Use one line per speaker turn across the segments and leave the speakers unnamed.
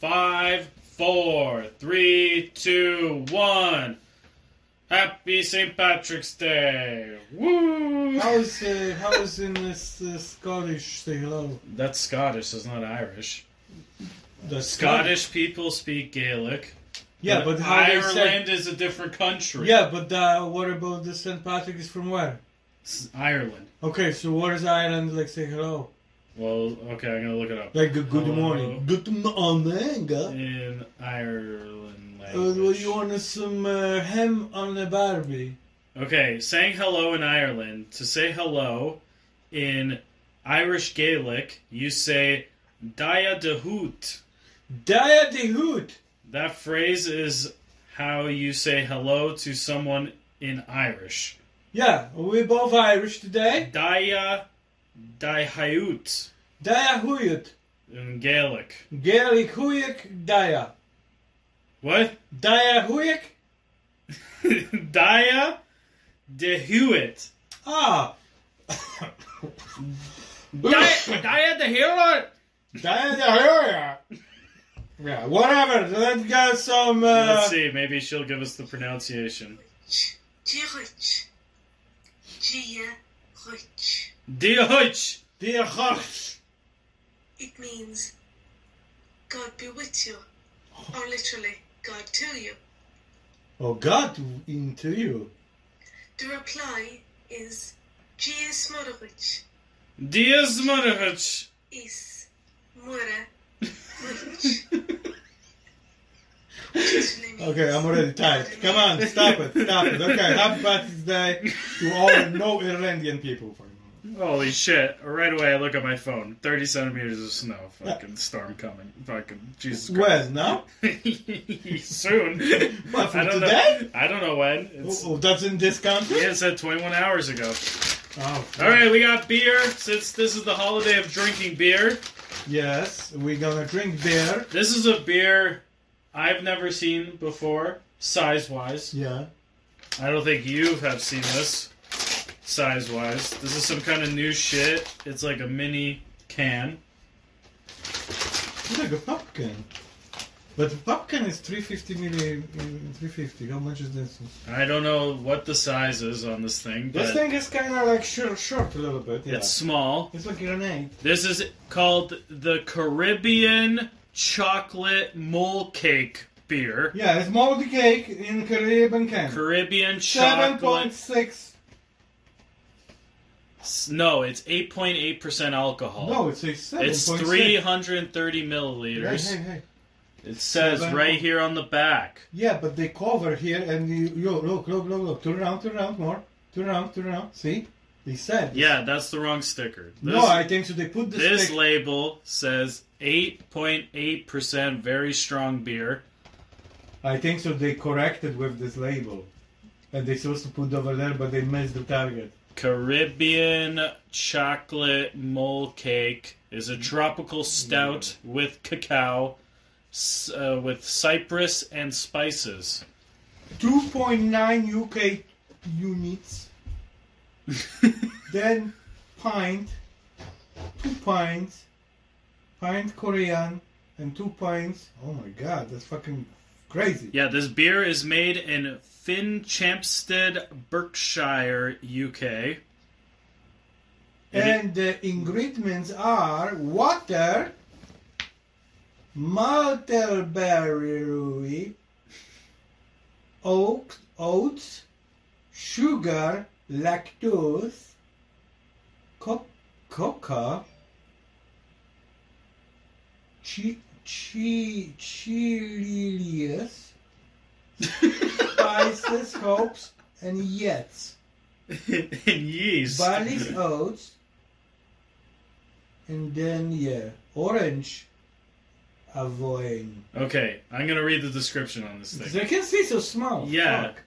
five, four, three, two, one. Happy St. Patrick's Day! Woo!
How is uh, how is in this uh, Scottish say hello?
That's Scottish, that's not Irish.
The
Scottish people speak Gaelic.
Yeah, but how they say-
Ireland is a different country.
Yeah, but uh, what about the Saint Patrick is from where?
It's Ireland.
Okay, so what is Ireland like? Say hello.
Well, okay, I'm gonna look it up.
Like uh, good
Hello.
morning. Good morning. Uh,
In Ireland language.
well, you want some uh, ham on a Barbie?
Okay, saying hello in Ireland. To say hello in Irish Gaelic, you say Dia de Hoot.
Dia de hoot.
That phrase is how you say hello to someone in Irish.
Yeah, we're both Irish today.
Dia Dihaut
Dia huyut.
in Gaelic.
Gaelic huyuk dia.
What?
Dia huyuk.
Dia de Hewitt.
Ah,
Dia Dia de Hewitt!
Dia de huyuk. Yeah, whatever. Let's get some. Uh,
Let's see, maybe she'll give us the pronunciation.
Tierutsch. Tierutsch.
Diahuch!
Dear Hush.
It means God be with you, or literally God to you.
Oh God, into you.
The reply is Gies Morovic
Dias Morovic!
is Mora Morovic. Which literally means-
Okay, I'm already tired. Come on, stop it, stop it. Okay, happy Patrick's Day to all no Irlandian people. For a moment.
Holy shit. Right away, I look at my phone. 30 centimeters of snow. Fucking storm coming. Fucking Jesus
Well,
Christ.
now,
Soon.
What, for
I don't
today?
Know, I don't know when.
oh,
It's,
oh, that's in this country.
yeah, it said 21 hours ago.
Oh,
All right, we got beer. Since this is the holiday of drinking beer,
Yes, we're gonna drink beer.
this is a beer I've never seen before, size wise.
Yeah.
I don't think you have seen this, size wise. This is some kind of new shit. It's like a mini can.
It's like a pumpkin. But pumpkin is 350 milli, mm, 350. How much is this?
I don't know what the size is on this thing, but
This thing is kind of like short, short a little bit. Yeah.
it's small.
It's like a grenade.
This is called the Caribbean Chocolate Mole Cake Beer.
Yeah, it's moldy cake in Caribbean can.
Caribbean
Seven
chocolate.
point six.
S- No, it's 8.8% alcohol.
No, it's a seven
it's 330 milliliters.
Hey, hey, hey.
It says
Seven
right
point-
here on the back.
Yeah, but they cover here and you, yo, look, look, look, look. Turn around, turn around more. Turn around, turn around. See, they said.
Yeah, that's the wrong sticker. This,
no, I think so. They put the
this
stick.
label says 8.8% very strong beer.
I think so. They corrected with this label, and they supposed to put over there, but they missed the target.
Caribbean chocolate mole cake is a tropical stout with cacao, s- uh, with cypress and spices.
Two point nine UK units. then pint, two pints, pint Korean, and two pints. Oh my God, that's fucking crazy.
yeah, this beer is made in Finchampstead, Berkshire, UK.
And the ingredients are water, mulberry, oak, oats, sugar, lactose, co- coca, chi- chi- chilies, spices, hops, and yets
and yeast.
barley's oats, and then yeah, orange avoid.
Okay, I'm gonna read the description on this thing.
They can see so small.
Yeah.
Fuck.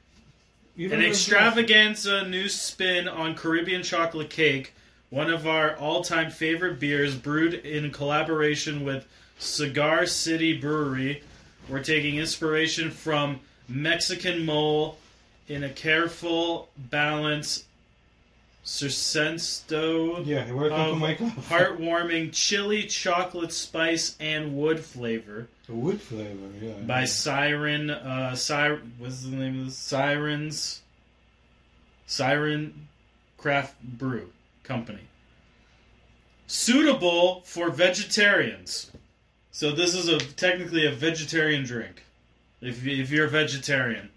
Even
An
with
extravaganza new spin on Caribbean chocolate cake, one of our all time favorite beers, brewed in collaboration with Cigar City Brewery. We're taking inspiration from Mexican mole in a careful balance Sersensto
Yeah, welcome to
of
my club.
heartwarming chili, chocolate, spice, and wood flavor
The wood flavor, yeah.
by Siren. Uh, Siren. What's the name of this? Sirens. Siren Craft Brew Company. Suitable for vegetarians. So this is a technically a vegetarian drink, if you- if you're a vegetarian,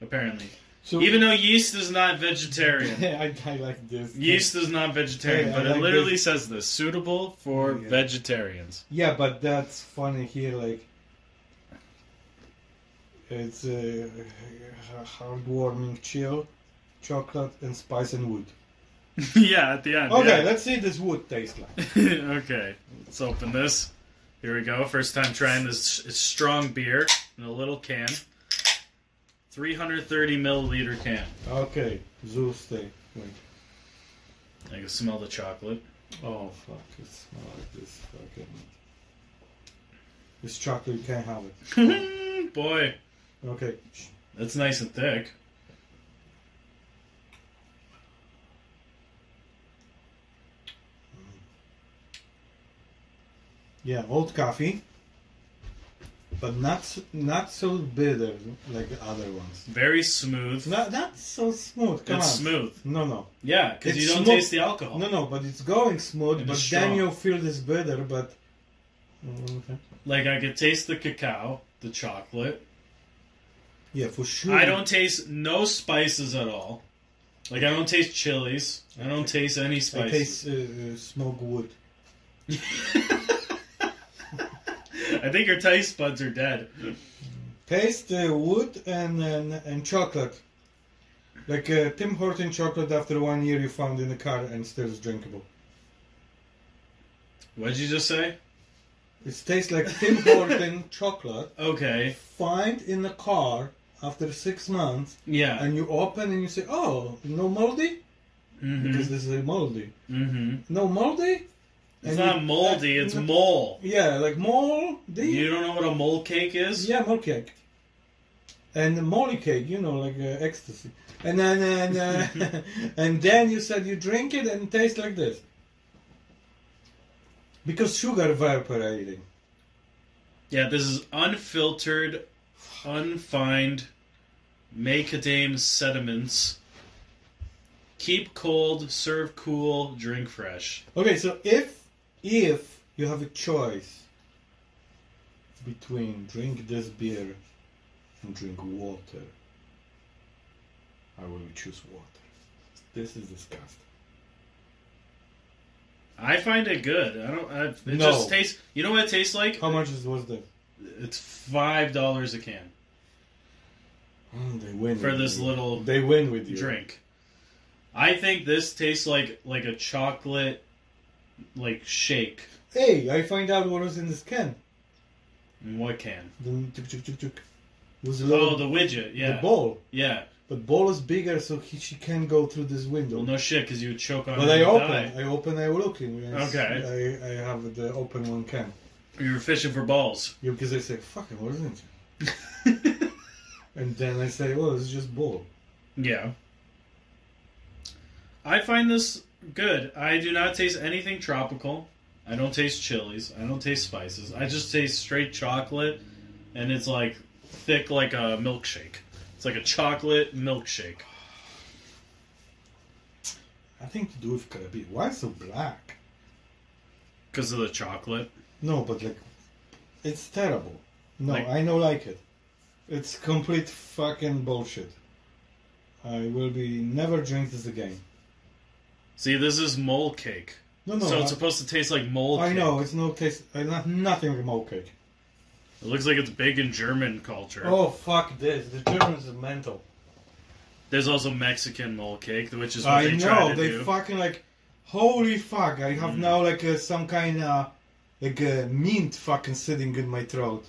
apparently.
so,
Even though yeast is not vegetarian.
I, I like this.
Yeast is not vegetarian,
Hey, I
but
like
it literally says this suitable for
Yeah.
vegetarians.
Yeah, but that's funny here. Like, it's a heartwarming chill, chocolate and spice and wood.
yeah, at the end.
Okay,
yeah.
let's see this wood taste like.
okay, let's open this. Here we go. First time trying this s- strong beer in a little can. 330 milliliter can.
Okay, Zeus steak. Wait.
I can smell the chocolate.
Oh fuck! It smells like this fucking. This chocolate you can't have it.
Boy,
Okay. Shh.
that's nice and thick.
Yeah, old coffee. But not s- not so bitter like the other ones.
Very smooth.
Not not so smooth. Come
it's
on.
smooth.
No, no,
Yeah, because
It's
you don't
smooth.
taste the alcohol.
no, no. But it's going smooth.
It
but
is
then
strong.
you feel this bitter. But Mm, okay.
Like I could taste the cacao, the chocolate.
yeah, for sure.
I don't taste no spices at all. Like I don't taste chilies. I don't taste any
I
spices.
taste uh, uh, smoke wood.
I, think your taste buds are dead.
Taste uh, wood and, and and chocolate. Like uh, Tim Horton chocolate after one year you found in the car and still is drinkable.
What'd you just say?
It tastes like Tim Horton chocolate
Okay.
find in the car after six months
Yeah.
and you open and you say, oh, no moldy? Because
Mm-hmm.
this is moldy.
hmm
No moldy?
It's
And
not
you-
moldy.
uh,
It's
no-
mole.
Yeah, like moldy.
You don't know what a mole cake is?
Yeah, mole cake. And the molly cake, you know, like uh, ecstasy. And then and uh, and then you said you drink it and it tastes like this. Because sugar evaporating.
Yeah. This is unfiltered, unfined, macadam sediments. Keep cold. Serve cool. Drink fresh.
Okay, so if if you have a choice between drink this beer and drink water, I will choose water. This is disgusting.
I find it good. I don't. I, it
No.
just tastes. You know what it tastes like?
How much is was that?
It's five dollars a can
Oh, they win
for
with
this
you.
little
They win with you.
drink. I think this tastes like like a chocolate like shake.
Hey, I find out what was in this can.
In what can?
Then tuk tuk tuk tuk. Was a
Oh,
little
the widget. Yeah,
the ball,
yeah.
but ball is bigger, so he, she can go through this window.
Well, no shit, because you would choke on.
but
it
I
and
open,
die.
I open, I look in. and I-
Okay.
I, I have the open one can.
You were fishing for balls.
Yeah, because I say fucking what is it? And then I say, well, it's just ball.
yeah. I find this good. I do not taste anything tropical. I don't taste chilies. I don't taste spices. I just taste straight chocolate, and it's like thick like a milkshake. It's like a chocolate milkshake.
I think to do with Caribbean. Why so black?
Because of the chocolate.
No, but like, it's terrible. No,
Like-
I know like it. It's complete fucking bullshit. I will be never drink this again.
See, this is mole cake.
No, no.
so
I,
it's supposed to taste like mole
I
cake.
know it's no taste. I not nothing with mole cake.
It looks like it's big in German culture.
Oh fuck this! The Germans are mental.
There's also Mexican mole cake, which is what
I
they try
know
to
they
do.
fucking like, holy fuck! I have
Mm.
now like uh, some kind of like uh, mint fucking sitting in my throat.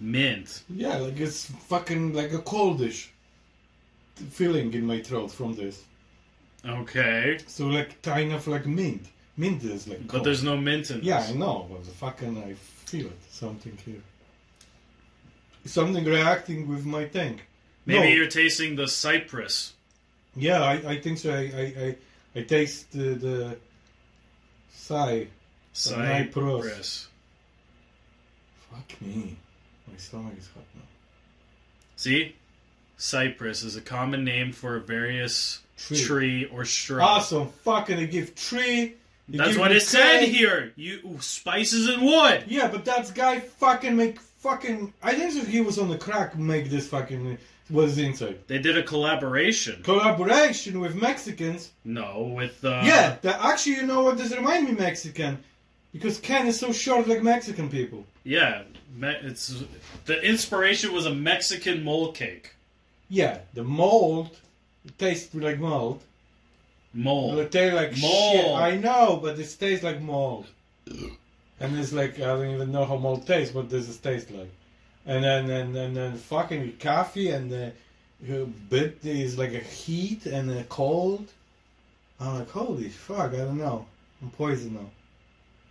Mint.
Yeah, like it's fucking like a coldish feeling in my throat from this.
Okay.
So like kind of like mint. Mint is like.
But
cold.
there's no mint in this.
Yeah, I know, but the fucking I feel it. Something here. Something reacting with my tank.
Maybe
No.
you're tasting the cypress.
Yeah, I, I think so. I, I, I, I taste the, the sigh. Cyprus.
Cyprus.
Fuck me. My stomach is hot now.
See? Cypress is a common name for a various
Tree.
tree or shrub.
Awesome. Fucking they give tree. they
That's
give
what
you
it said
clay.
here. You ooh, spices and wood.
Yeah, but that guy fucking make fucking. I think that he was on the crack. Make this fucking was inside
They did a collaboration.
collaboration with Mexicans.
No, with uh,
yeah, that actually, you know what? This remind me Mexican, because Ken is so short like Mexican people.
yeah. Me- it's the inspiration was a Mexican mole cake.
Yeah, the mold it tastes like mold. Well,
Mole.
it tastes like shit.
Mold.
I know, but it tastes like mold. And it's like I don't even know how mold tastes. What does it taste like? And then and and then fucking coffee and the uh, bit is like a heat and a cold. I'm like holy fuck! I don't know. I'm poisoned now.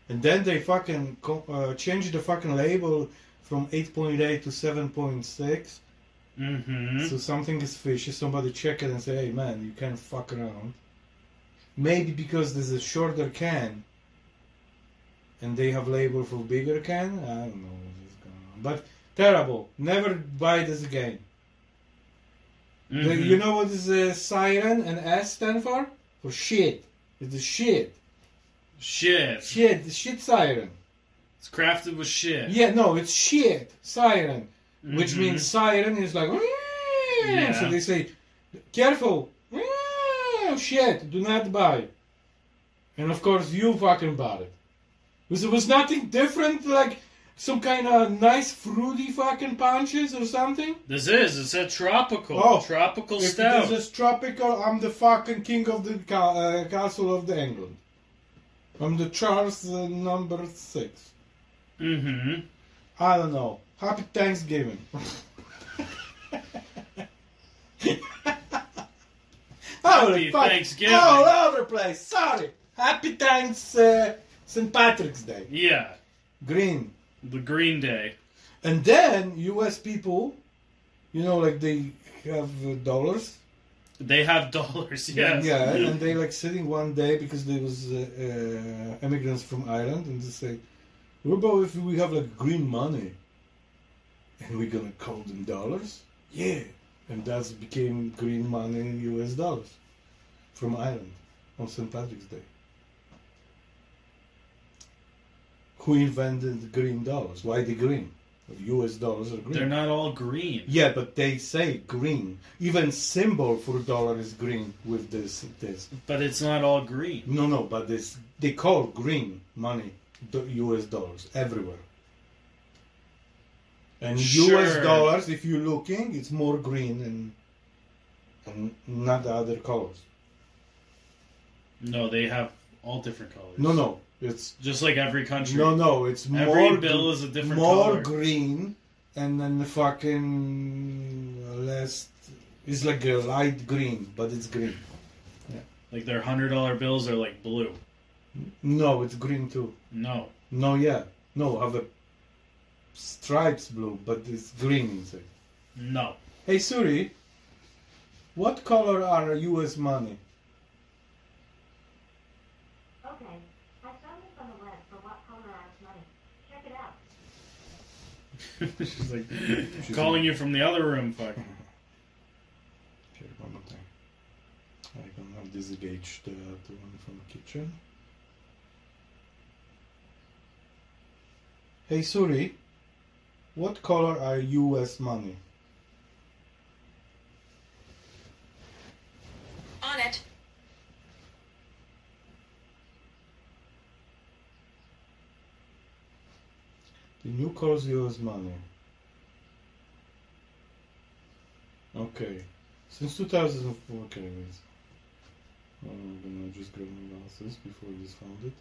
And then they fucking co- uh, changed the fucking label from 8.8 to 7.6.
Mm-hmm.
So something is fishy. Somebody check it and say, "Hey man, you can't fuck around." Maybe because there's a shorter can, and they have label for bigger can. I don't know what's going on, but terrible. Never buy this again. Like,
Mm-hmm.
you know what is a siren and S stand for? For shit. It's a shit.
Shit.
Shit. Shit siren.
It's crafted with shit.
Yeah, no, it's shit siren, which
Mhm.
means siren is like.
Yeah.
So they say, careful, shit, do not buy. And of course, you fucking bought it. Because it was nothing different, like some kind of nice fruity fucking punches or something.
This is. It's a tropical.
Oh.
tropical
If
stout.
this is tropical, I'm the fucking king of the ca- uh, castle of the England. I'm the Charles uh, number six.
Mm-hmm.
I don't know. Happy Thanksgiving.
Happy
fuck.
Thanksgiving.
All over the Oh, place. Sorry. Happy Thanks uh, St. Patrick's Day.
Yeah.
Green.
The Green Day.
And then U.S. people, you know, like they have uh, dollars.
They have dollars. Yes.
Yeah, and they like sitting one day because there was uh, uh, immigrants from Ireland, and they say, "What about if we have like green money, and we're gonna call them dollars?" Yeah, and that's became green money in U.S. dollars from Ireland on St. Patrick's Day. Who invented the green dollars? Why the green? U.S. dollars are green.
They're not all green.
Yeah, but they say green. Even symbol for dollar is green with this this.
But it's not all green.
No, no, but this they call green money do- U.S. dollars everywhere. And U.S.
Sure.
dollars, if you're looking, it's more green and and not the other colors.
No, they have all different colors.
No, no, it's
Just like every country.
no, no, it's
Every
more
bill
gr-
is a different
more
color.
green, and then the fucking less. It's like a light green, but it's green.
Like their hundred dollar bills are like blue.
No, it's green too.
No.
No, yeah. No, have a stripes blue, but it's green inside.
No.
Hey Suri, what color are US money?
Okay, I found this on the web for what color ours money. Check it out.
She's like calling you from the other room. Fuck.
Here, one more time. I can have disengage the other one from the kitchen. Hey Suri, what color are US money?
On it.
The new calls US money. Okay. Since 2004, okay, wait. I'm gonna just grab my glasses before I just found it.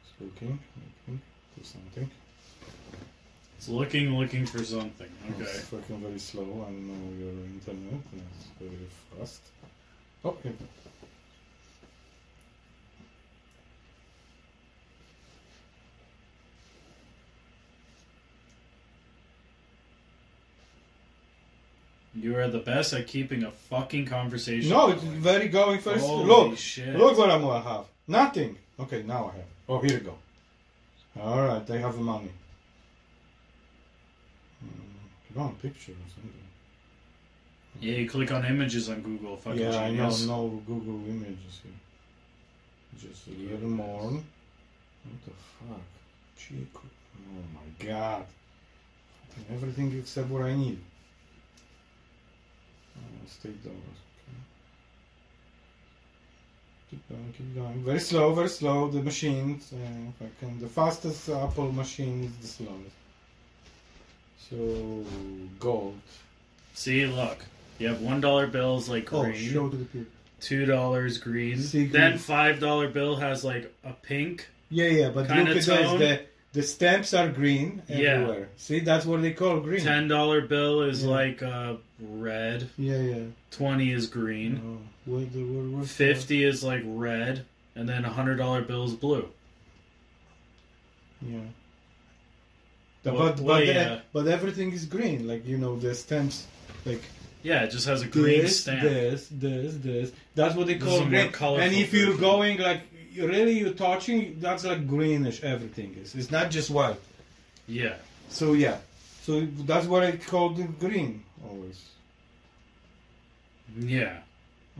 It's looking, looking for something.
It's looking, looking for something. Okay.
It's fucking very slow. I don't know your internet. and It's very fast. Oh, here.
You are the best at keeping a fucking conversation.
No, it's
going.
very going first.
Holy
look,
shit.
look what I'm gonna have. Nothing. Okay, now I have. Oh, here you go. All right, they have the money. Mm, Come on, picture or something.
Yeah, you click on images on Google. Fucking
yeah, I know.
genius.
No Google images here. Just a little more. What the fuck? Chico. Oh my god. Fucking Everything except what I need. Uh, state dollars. Okay. Keep going, keep going. Very slow, very slow. The machines. Uh, fucking the fastest Apple machine is the slowest. So gold.
See, look. You have one dollar bills like
Oh,
green,
show to the people.
two dollars green.
See, green.
Then five dollar bill has like a pink.
Yeah, yeah, but
Kinda
look at
tone.
this. The, the stamps are green
Yeah.
everywhere. See, that's what they call green.
Ten dollar bill is
Yeah.
like uh, red.
Yeah, yeah.
Twenty is green.
Oh, what the what, what's that?
Fifty is like red, and then a hundred dollar bill is blue.
Yeah.
Well,
but but
well,
e-
yeah.
but everything is green. Like you know the stamps, like
Yeah, it just has a green
this,
stamp.
this, this, this. That's what they
This
call
is a more
green.
colorful
And if you're
version.
going like you really you're touching, that's like greenish. Everything is. It's not just white.
Yeah.
So yeah. So that's what I call the green always.
Yeah.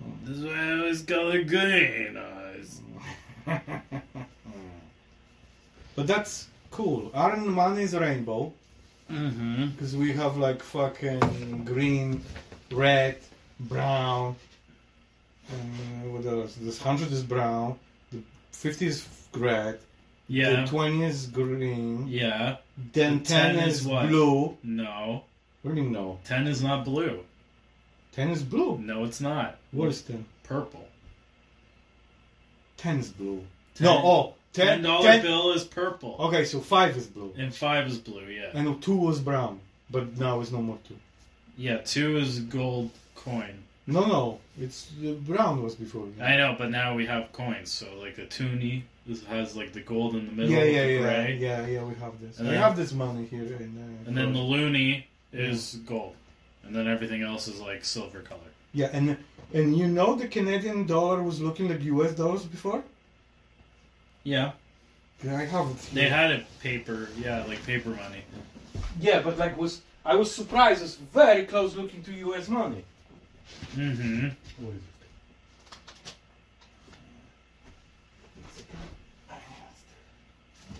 Oh.
This is why I always color green eyes.
But that's cool. Iron Man is rainbow
Mm-hmm.
because we have like fucking green, red, brown. Uh, what else? This hundred is brown. The fifty is red.
Yeah.
The twenty is green.
yeah.
Then
The
ten,
10
is,
is what?
blue.
No.
What do you mean no?
Ten is not blue.
Ten is blue.
No, it's not.
What is ten?
Purple.
Ten is blue.
10
no, oh, ten.
Ten dollar
ten- Oh.
bill is purple.
Okay, so five is blue.
And five is blue, yeah.
And two was brown, but now it's no more two.
Yeah, two is gold coin.
No, no, it's the brown was before.
I know, but now we have coins, so like the toonie this has like the gold in the middle
yeah,
with
yeah,
the
yeah,
gray.
yeah, yeah. We have this.
And
we
then-
have this money here. In, uh,
And then the
Croatia.
loony is gold. And then everything else is like silver color.
yeah, and and you know the Canadian dollar was looking like U.S. dollars before.
Yeah.
Yeah, I have it.
They
here.
had it paper, yeah, like paper money.
yeah, but like was I was surprised. It's very close looking to U.S. money.
Mm-hmm.
What is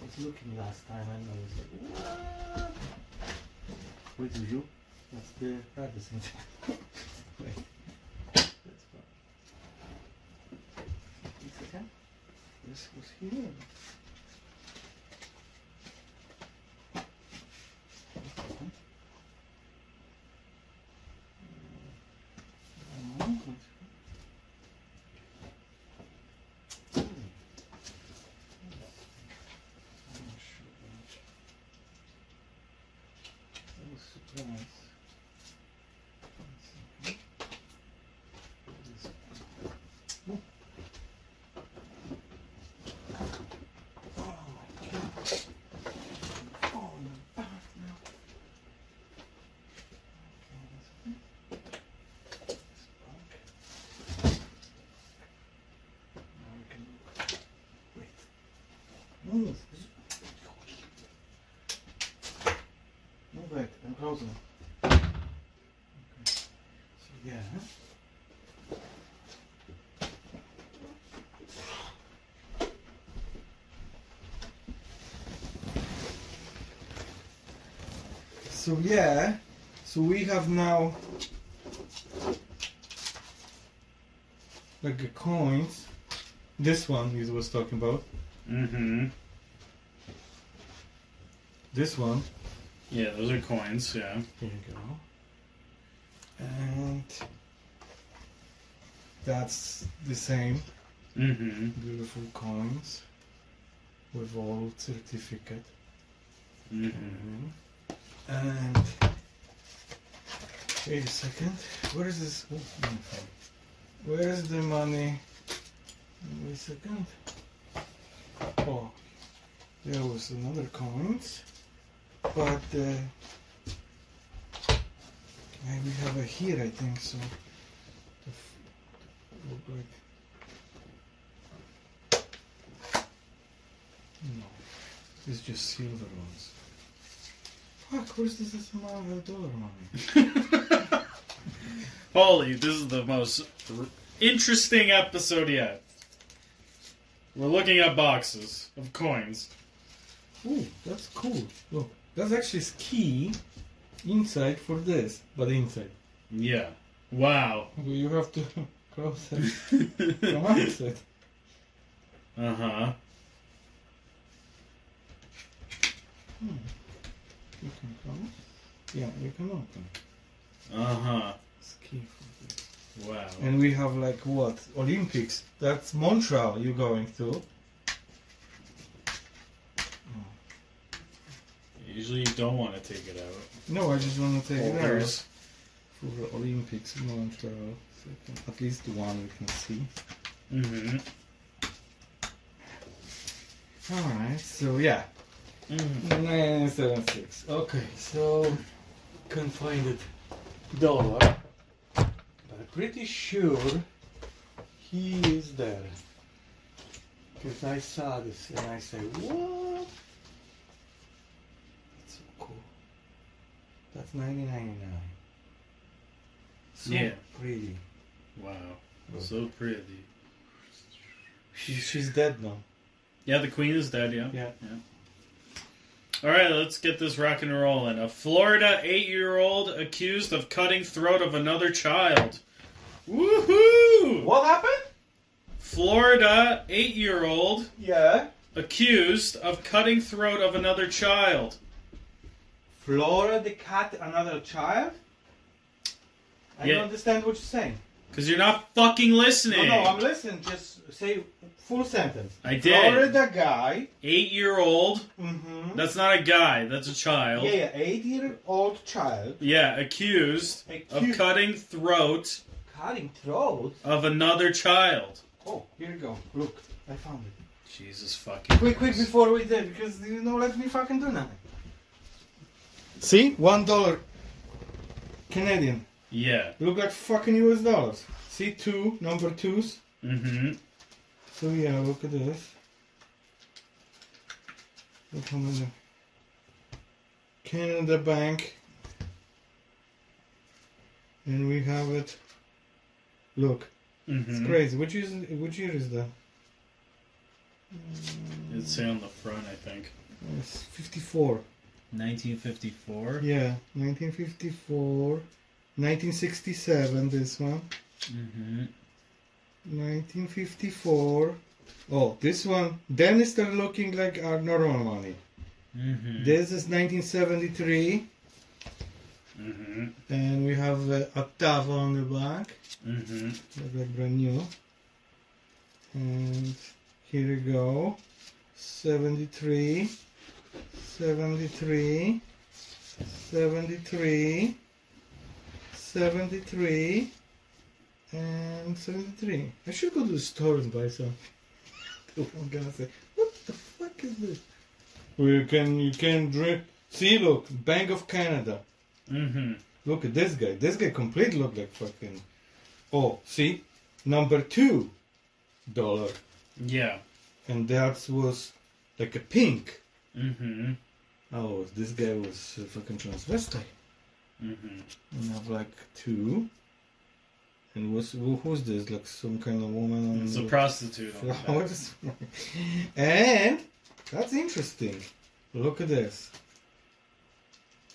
It's looking last time and I was like, what? Wait, do you? That's the practice. Wait. That's fine. It's okay. This was here.
Oh,
Move. Move it. I'm closing. Okay. So yeah.
So yeah, so we have now like the coins. This one you was talking about.
Mm-hmm.
This one.
Yeah, those are coins, yeah.
Here you go. And that's the same
Mm-hmm.
beautiful coins with old certificate.
Mm-hmm.
And wait a second, where is this? oh, no. Where is the money? Wait a second. Oh, there was another coins, but uh, And we have a here, I think, so. the f- Look like. No, it's just silver ones. Fuck, where's this is another dollar money?
Holy, this is the most r- interesting episode yet. We're looking at boxes of coins.
Ooh, that's cool. Look, that's actually is key inside for this, but inside.
Yeah. Wow.
You have to cross it from
uh
outside.
huh.
You can come. Yeah, you can open.
Uh huh.
It's key for this.
Wow.
And we have like what? Olympics. That's Montreal you're going to.
Usually you don't want to take it out.
No, I just want to take it out
Holders.
for the Olympics Montreal. So I can- at least one we can see.
Mm
Alright, so yeah.
hmm. Mm.
976. Okay, so can find it. Dollar. But I'm pretty sure
He is there. Because I saw this and I say, what?
that's so cool. That's 1999. So
Yeah.
pretty.
Wow. So pretty.
She, she's dead now.
Yeah, the queen is dead, yeah?
Yeah.
All right, let's get this rock and rolling. A Florida eight year old accused of cutting throat of another child. Woohoo!
What happened?
Florida eight year old
Yeah.
accused of cutting throat of another child.
Flora the cat, another child? I
Yeah.
don't understand what you're saying.
Because you're not fucking
No,
listening.
Oh, no, I'm listening. Just say full sentence.
I did.
Florida guy.
Eight year old.
Mm-hmm.
That's not a guy, that's a child.
Yeah, yeah, eight-year-old child
Yeah, accused of
Accused.
cutting throat
cutting throat.
of another child.
Oh, here you go. Look, I found it.
Jesus fucking.
Quick, quick,
Christ.
before we did, because you know, let me fucking do nothing. See, one dollar Canadian.
Yeah.
Look like fucking US dollars. See, two number twos.
Mm-hmm.
So yeah, look at this. Look how many. Canada Bank. And we have it. Look,
Mm-hmm.
it's crazy. Which is which year is that?
It's here on the front, I think.
Oh, It's 54.
1954.
Yeah, 1954. 1967, this one.
Mm-hmm.
1954. Oh, this one. Then it's start looking like our normal money.
Mm-hmm.
This is 1973.
Mm-hmm.
And we have uh, Octavo on the back.
Mm-hmm.
Look like brand new. And here we go. 73, 73, 73, 73, and 73. I should go to the store and buy some. I'm gonna say, what the fuck is this? Well, you can, you can drink. See, look, Bank of Canada.
Mm-hmm.
Look at this guy. This guy completely look like fucking. Oh, see, number two dollar,
Yeah.
and that was like a pink.
Mm-hmm.
Oh, this guy was uh, fucking transvestite.
Mm-hmm.
And I have like two. And was who, who's this? Like some kind of woman on
It's a
the
prostitute. On the back.
flowers. and that's interesting. Look at this.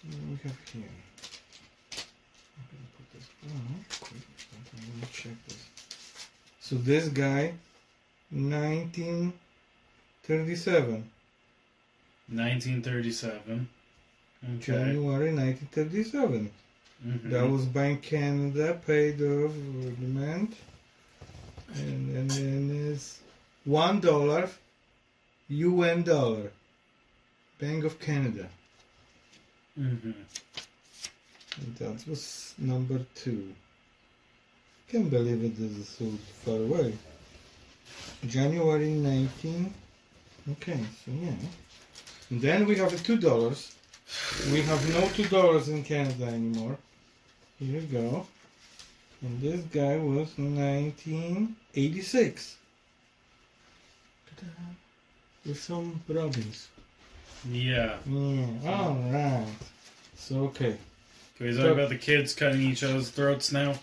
What do we have here? I'm gonna put this down quick. I'm gonna check this. So this guy, 1937.
1937. Okay.
January 1937.
Mm-hmm.
That was Bank Canada paid off demand, and and then it's one dollar, UN dollar, Bank of Canada.
Mm-hmm.
And that was number two. Can't believe it is so far away. January 19. Okay, so yeah. And then we have two dollars. We have no two dollars in Canada anymore. Here you go. And this guy was 1986. Ta-da. With some problems.
Yeah.
Yeah. All right. So okay.
Can we talk about the kids cutting each other's throats now?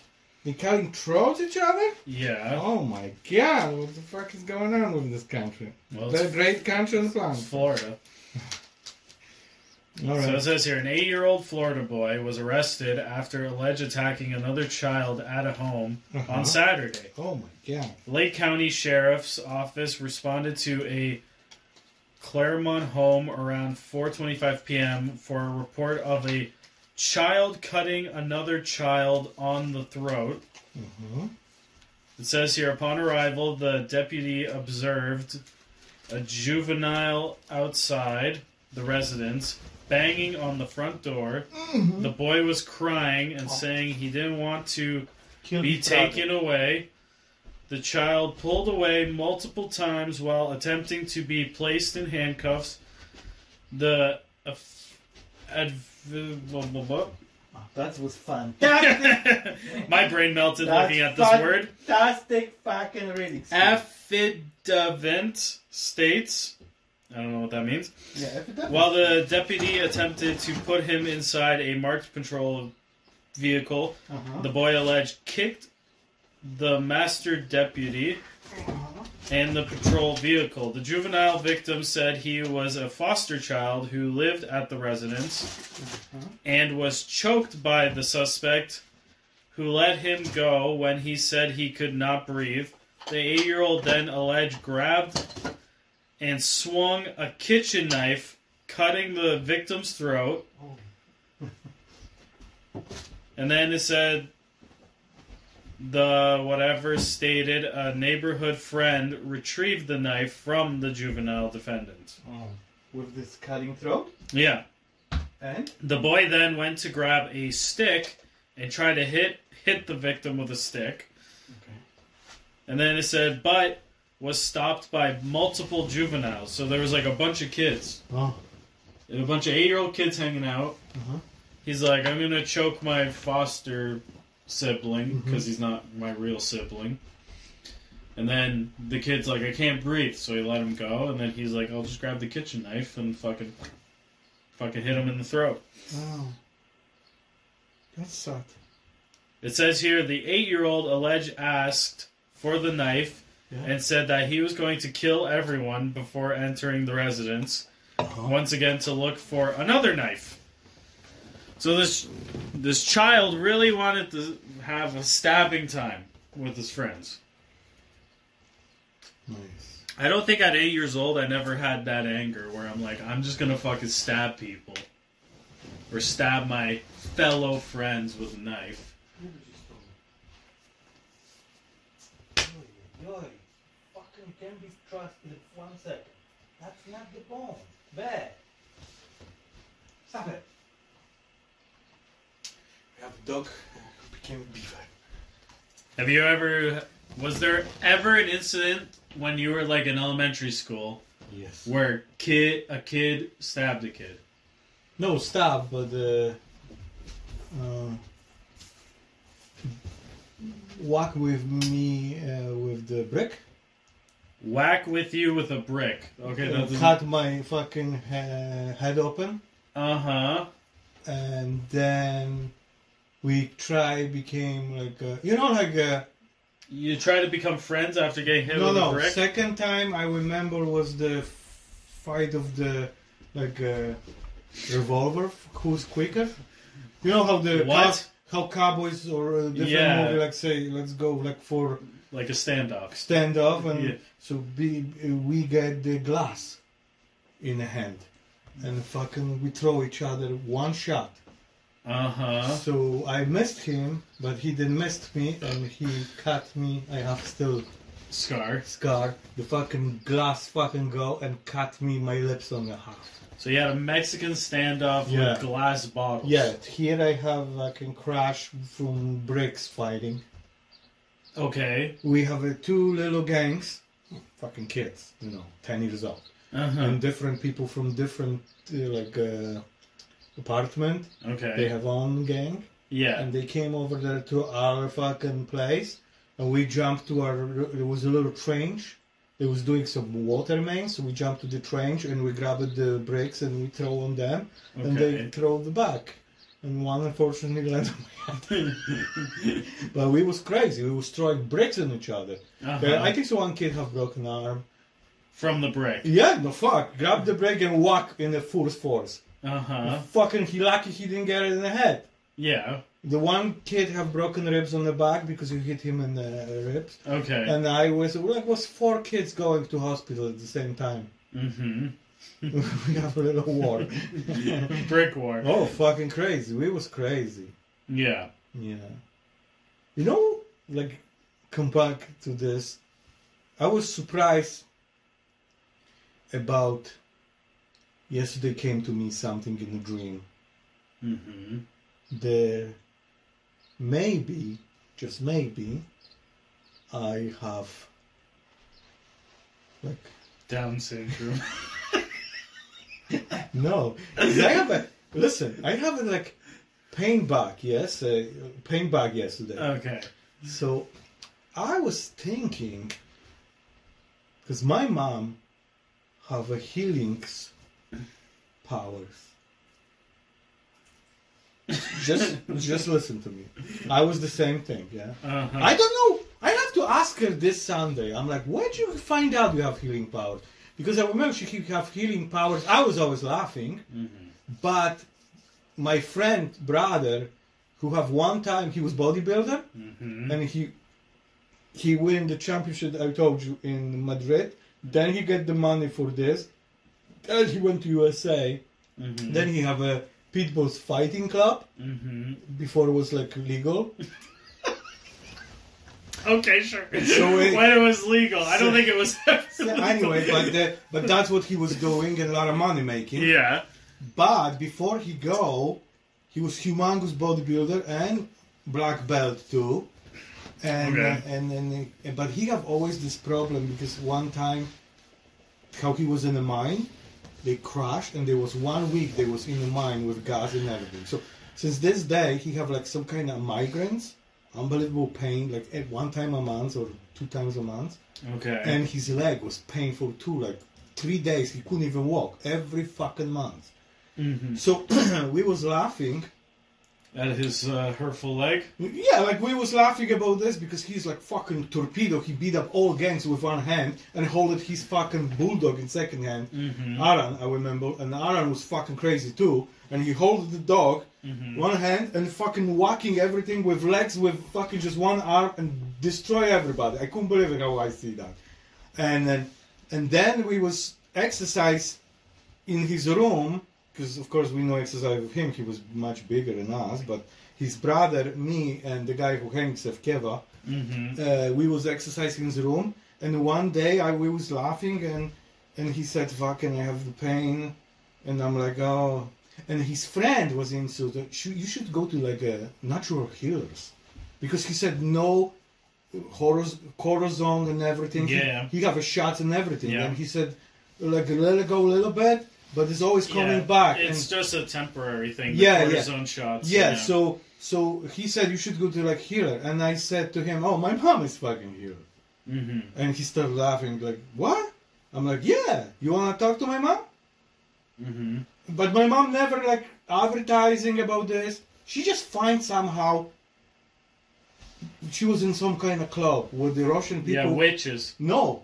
They cutting throats each other?
Yeah.
Oh my god! What the fuck is going on with this country?
Well,
The
Oh, it's,
great country in Islam.
it's Florida.
All
So it
right.
says here an eight year old Florida boy was arrested after alleged attacking another child at a home
Uh-huh.
on Saturday.
Oh my god.
Lake County Sheriff's Office responded to a Claremont home around 4:25 p.m. for a report of a child cutting another child on the throat.
Mhm.
It says here upon arrival, the deputy observed a juvenile outside the residence banging on the front door. The boy was crying and saying he didn't want to
Kill
be
the child.
taken away. The child pulled away multiple times while attempting to be placed in handcuffs. The af- adv- blah, blah, blah.
Ah, That was fantastic.
my brain melted
That's
looking at this
fan-
word.
Fantastic fucking reading. Steve.
Affidavit states. I don't know what that means.
Yeah, affidavit.
While the deputy attempted to put him inside a marked patrol vehicle,
Uh-huh.
the boy alleged kicked the master deputy.
Uh-huh.
and the patrol vehicle. The juvenile victim said he was a foster child who lived at the residence and was choked by the suspect, who let him go when he said he could not breathe. The eight year old then alleged grabbed and swung a kitchen knife, cutting the victim's throat.
Oh.
and then it said the whatever stated a neighborhood friend retrieved the knife from the juvenile defendant.
Oh. With this cutting throat
Yeah.
and
The boy then went to grab a stick and try to hit hit the victim with a stick.
Okay.
And then it said, but was stopped by multiple juveniles. So there was like a bunch of kids.
oh.
And a bunch of eight year old kids hanging out.
Uh-huh.
He's like, I'm gonna choke my foster sibling because he's not my real sibling. And then the kid's like, I can't breathe, so he let him go. And then he's like, I'll just grab the kitchen knife and fucking, fucking hit him in the throat.
Wow. Oh. That sucked.
It says here the eight-year-old alleged asked for the knife
Yeah.
and said that he was going to kill everyone before entering the residence. Once again, to look for another knife. So this this child really wanted to have a stabbing time with his friends.
Nice.
I don't think at eight years old I never had that anger where I'm like, I'm just gonna fucking stab people. Or stab my fellow friends with a knife.
Yoy, fucking can be trusted one second. That's not the bomb. Bad. Stop it.
We have a dog who became a beaver.
Have you ever was there ever an incident when you were like in elementary school
Yes.
where kid a kid stabbed a kid?
No, stop, but uh, uh, walk with me uh, with the brick.
Whack with you with a brick. Okay,
Uh,
that's
cut my fucking uh, head open.
uh huh.
and then we try became like uh you know like uh
You try to become friends after getting hit
no
with a
no
brick.
second time I remember was the fight of the like uh, revolver who's quicker you know how the
What?
cow- how cowboys or uh, different
Yeah.
movie like say let's go like for
like a standoff.
stand up and
Yeah.
so be, we get the glass in the hand and fucking we throw each other one shot
Uh huh.
So I missed him, but he didn't miss me, and he cut me. I have still
Scar.
scar. The fucking glass fucking go and cut me my lips on the half.
So you had a Mexican standoff
Yeah.
with glass bottles.
Yeah, here I have fucking crash from bricks fighting.
Okay.
We have uh, two little gangs, fucking kids, you know, ten years old,
Uh huh.
and different people from different uh, like uh, apartment. They
Okay.
have own gang.
Yeah.
and they came over there to our fucking place, and we jumped to our. There was a little trench. It was doing some water mains, so we jumped to the trench and we grabbed the bricks and we throw on them, and they
Okay.
throw the back. And one unfortunately landed on my head. but we was crazy. We was throwing bricks on each other.
Uh-huh.
Uh, I think so one kid have broken arm.
From the brick.
Yeah, no fuck. Grab the brick and walk in the full force.
Uh huh.
Fucking he lucky he didn't get it in the head.
Yeah.
The one kid have broken ribs on the back because you hit him in the ribs,
Okay.
and I was like, was four kids going to hospital at the same time.
mm-hmm.
we have a little war.
brick war.
oh, fucking crazy! We was crazy.
Yeah.
Yeah, you know, like come back to this. I was surprised about yesterday. Came to me something in a dream.
Mm-hmm.
there maybe, just maybe, I have like
Down syndrome.
no. 'Cause I have a listen. I have a, like pain bug. Yes, uh, pain bug yesterday.
okay.
So I was thinking because my mom have a healing s- powers. just just listen to me. I was the same thing, yeah.
Uh-huh.
I don't know. I have to ask her this Sunday. I'm like, where'd you find out you have healing powers? Because I remember she could have healing powers. I was always laughing,
Mm-hmm.
but my friend brother, who have one time he was bodybuilder,
mm-hmm.
and he he win the championship I told you in Madrid. Then he get the money for this. Then he went to USA.
Mm-hmm.
Then he have a Pitbull's fighting club
Mm-hmm.
before it was like legal.
Okay, sure.
So it-
when it was legal, I don't
so-
think it was.
So anyway, but the, but that's what he was doing and a lot of money making.
yeah.
But before he go, he was humongous bodybuilder and black belt too. And uh,
Okay.
and, and and but he have always this problem because one time, how he was in the mine, they crashed and there was one week they was in the mine with gas and everything. So since this day he have like some kind of migraines, unbelievable pain like at one time a month or two times a month
Okay.
and his leg was painful too like three days he couldn't even walk every fucking month
mm-hmm.
so we was laughing
At his uh, hurtful leg.
yeah like we was laughing about this because he's like fucking torpedo he beat up all gangs with one hand and holded his fucking bulldog in second hand
Mm-hmm.
Aaron, I remember, and Aaron was fucking crazy too. And he held the dog,
Mhm.
one hand, and fucking whacking everything with legs, with fucking just one arm, and destroy everybody. I couldn't believe it how I see that. And then, and then we was exercise in his room because of course we know exercise with him. He was much bigger than us, but his brother, me, and the guy who hangs of Keva,
Mm-hmm.
uh, we was exercising in the room, and one day I we was laughing, and and he said, "Fucking, I have the pain," and I'm like, "Oh," and his friend was into the, "Shou- you should go to like a natural healers, because he said no, horos- cortisone and everything. He-
Yeah.
he, have a shot and everything,
Yeah.
and he said, like let it go a little bit, but it's always coming
yeah,
back. and-
It's just a temporary thing. The
Yeah, yeah.
cortisone shots.
yeah, so so he said you should go to like healer, and I said to him, "Oh, my mom is fucking healer."
Mm-hmm.
And he started laughing, like, what? I'm like, yeah, you wanna talk to my mom?
Mm-hmm.
But my mom never like advertising about this. She just finds somehow she was in some kind of club with the Russian people.
Yeah, witches.
no,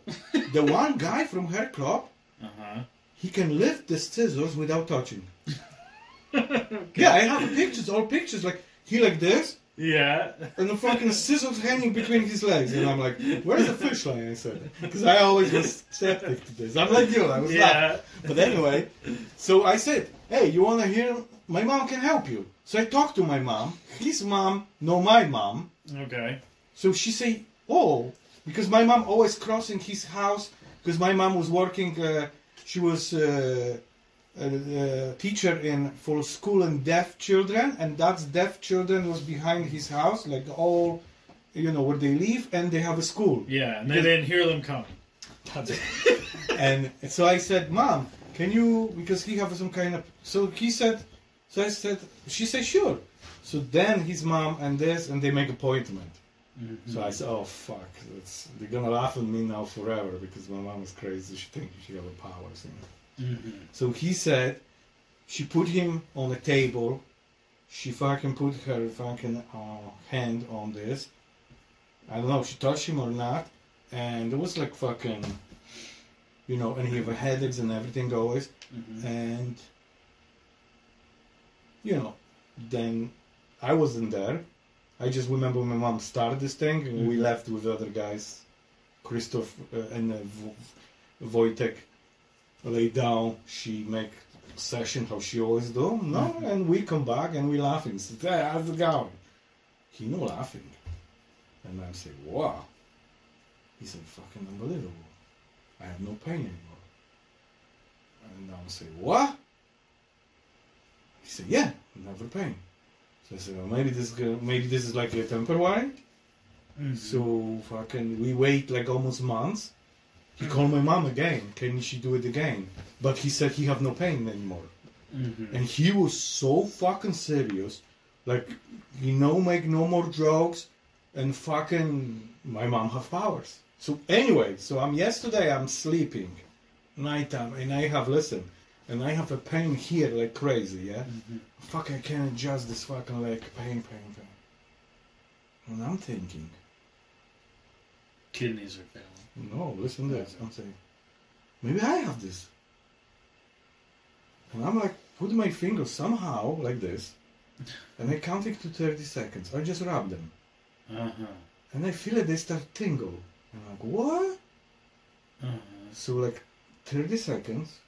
the one guy from her club,
Uh-huh.
he can lift the scissors without touching. Yeah, I have pictures, all pictures. Like he like this,
Yeah.
and the fucking scissors hanging between his legs. And I'm like, where's the fish line? I said, because I always was skeptic to this. I'm like you, I was laughing.
Yeah.
But anyway, so I said, "Hey, you wanna hear? My mom can help you." So I talked to my mom. His mom, know my mom.
Okay.
So she say, "Oh," because my mom always crossing his house. Because my mom was working. Uh, she was uh, a, a teacher in for school and deaf children, and that's deaf children was behind his house, like all, you know, where they live, and they have a school.
Yeah, and they didn't hear them coming.
and so I said, "Mom, can you?" Because he have some kind of. So he said, So I said, she said, sure. So then his mom and this, and they make appointment. So I said, oh fuck, that's, they're gonna laugh at me now forever because my mom is crazy. She thinks she has powers. You know? So he said, she put him on a table. She fucking put her fucking uh, hand on this. I don't know if she touched him or not. And it was like fucking, you know, and he had headaches and everything always. And, you know, then I wasn't there. I just remember my mom started this thing and we left with the other guys. Christoph uh, and uh, Vo- Wojtek lay down. She make session how she always do. No, and we come back and we laughing. So there, how's it going? He no laughing. And I say, wow. He said, fucking unbelievable. I have no pain anymore. And I say, what? He said, yeah, never pain. So I said, well, maybe this is gonna, maybe this is like a temporary. Mm-hmm. So fucking, we wait like almost months. He called my mom again. Can she do it again? But he said he have no pain anymore. And he was so fucking serious, like you know, make no more drugs, and fucking my mom have powers. So anyway, so I'm yesterday I'm sleeping, nighttime, and I have listen, and I have a pain here like crazy, yeah. Fuck, I can't adjust this fucking like pain, pain, pain. And I'm thinking,
Kidneys are failing.
no, listen to this. I'm saying, maybe I have this. And I'm like, put my finger somehow like this, and I count it to 30 seconds. I just rub them.
Uh-huh.
And I feel it, they start tingle. And I'm like, what?
Uh-huh.
So like 30 seconds,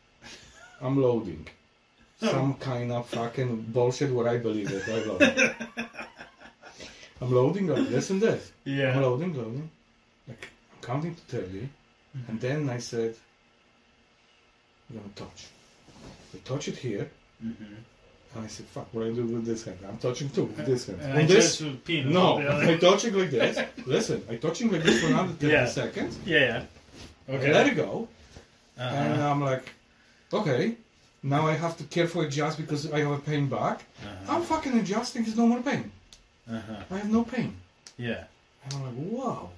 I'm loading. Some kind of fucking bullshit what I believe it. I love it. I'm loading up this and this. I'm
Yeah.
loading, loading. Like, I'm counting to 30.
Mm-hmm.
And then I said, I'm going to touch. I touch it here. And I said, fuck, what do I do with this hand? I'm touching too, with this hand.
And
On
I
this?
just with penis.
No,
Yeah.
I touching like this. Listen, I touching like this for another 30
Yeah.
seconds.
Yeah. yeah.
I let
Okay.
it go. And
Uh-huh.
I'm like, okay, now I have to carefully adjust because I have a pain back. I'm fucking adjusting, there's no more pain.
Uh-huh.
I have no pain.
Yeah.
And I'm like, wow,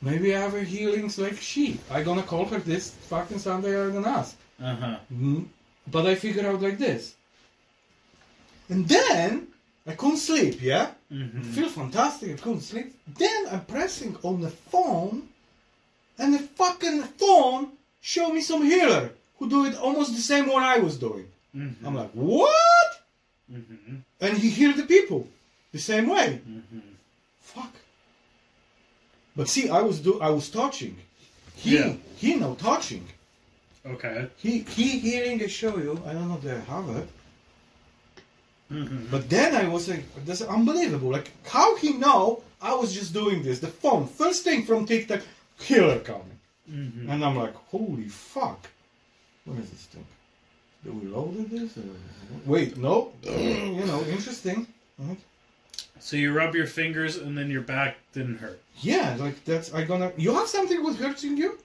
maybe I have a healings like she. I gonna call her this fucking Sunday I gonna ask.
Uh-huh.
Mm, But I figure out like this. And then I couldn't sleep, yeah? I feel fantastic, I couldn't sleep. Then I'm pressing on the phone and the fucking phone show me some healer who do it almost the same what I was doing. I'm like, what? And he healed the people the same way.
Mm-hmm.
Fuck. But see, I was do I was touching. He
Yeah.
he no touching.
Okay.
He he hearing I show you. I don't know they have it. But then I was like, that's unbelievable. Like how he know I was just doing this. The phone first thing from TikTok killer coming,
Mm-hmm.
and I'm like, holy fuck, what is this thing? Do we load this? Or... Wait, no. you know, interesting. Right?
So you rub your fingers and then your back didn't hurt.
Yeah, like that's I gonna. You have something was hurting you?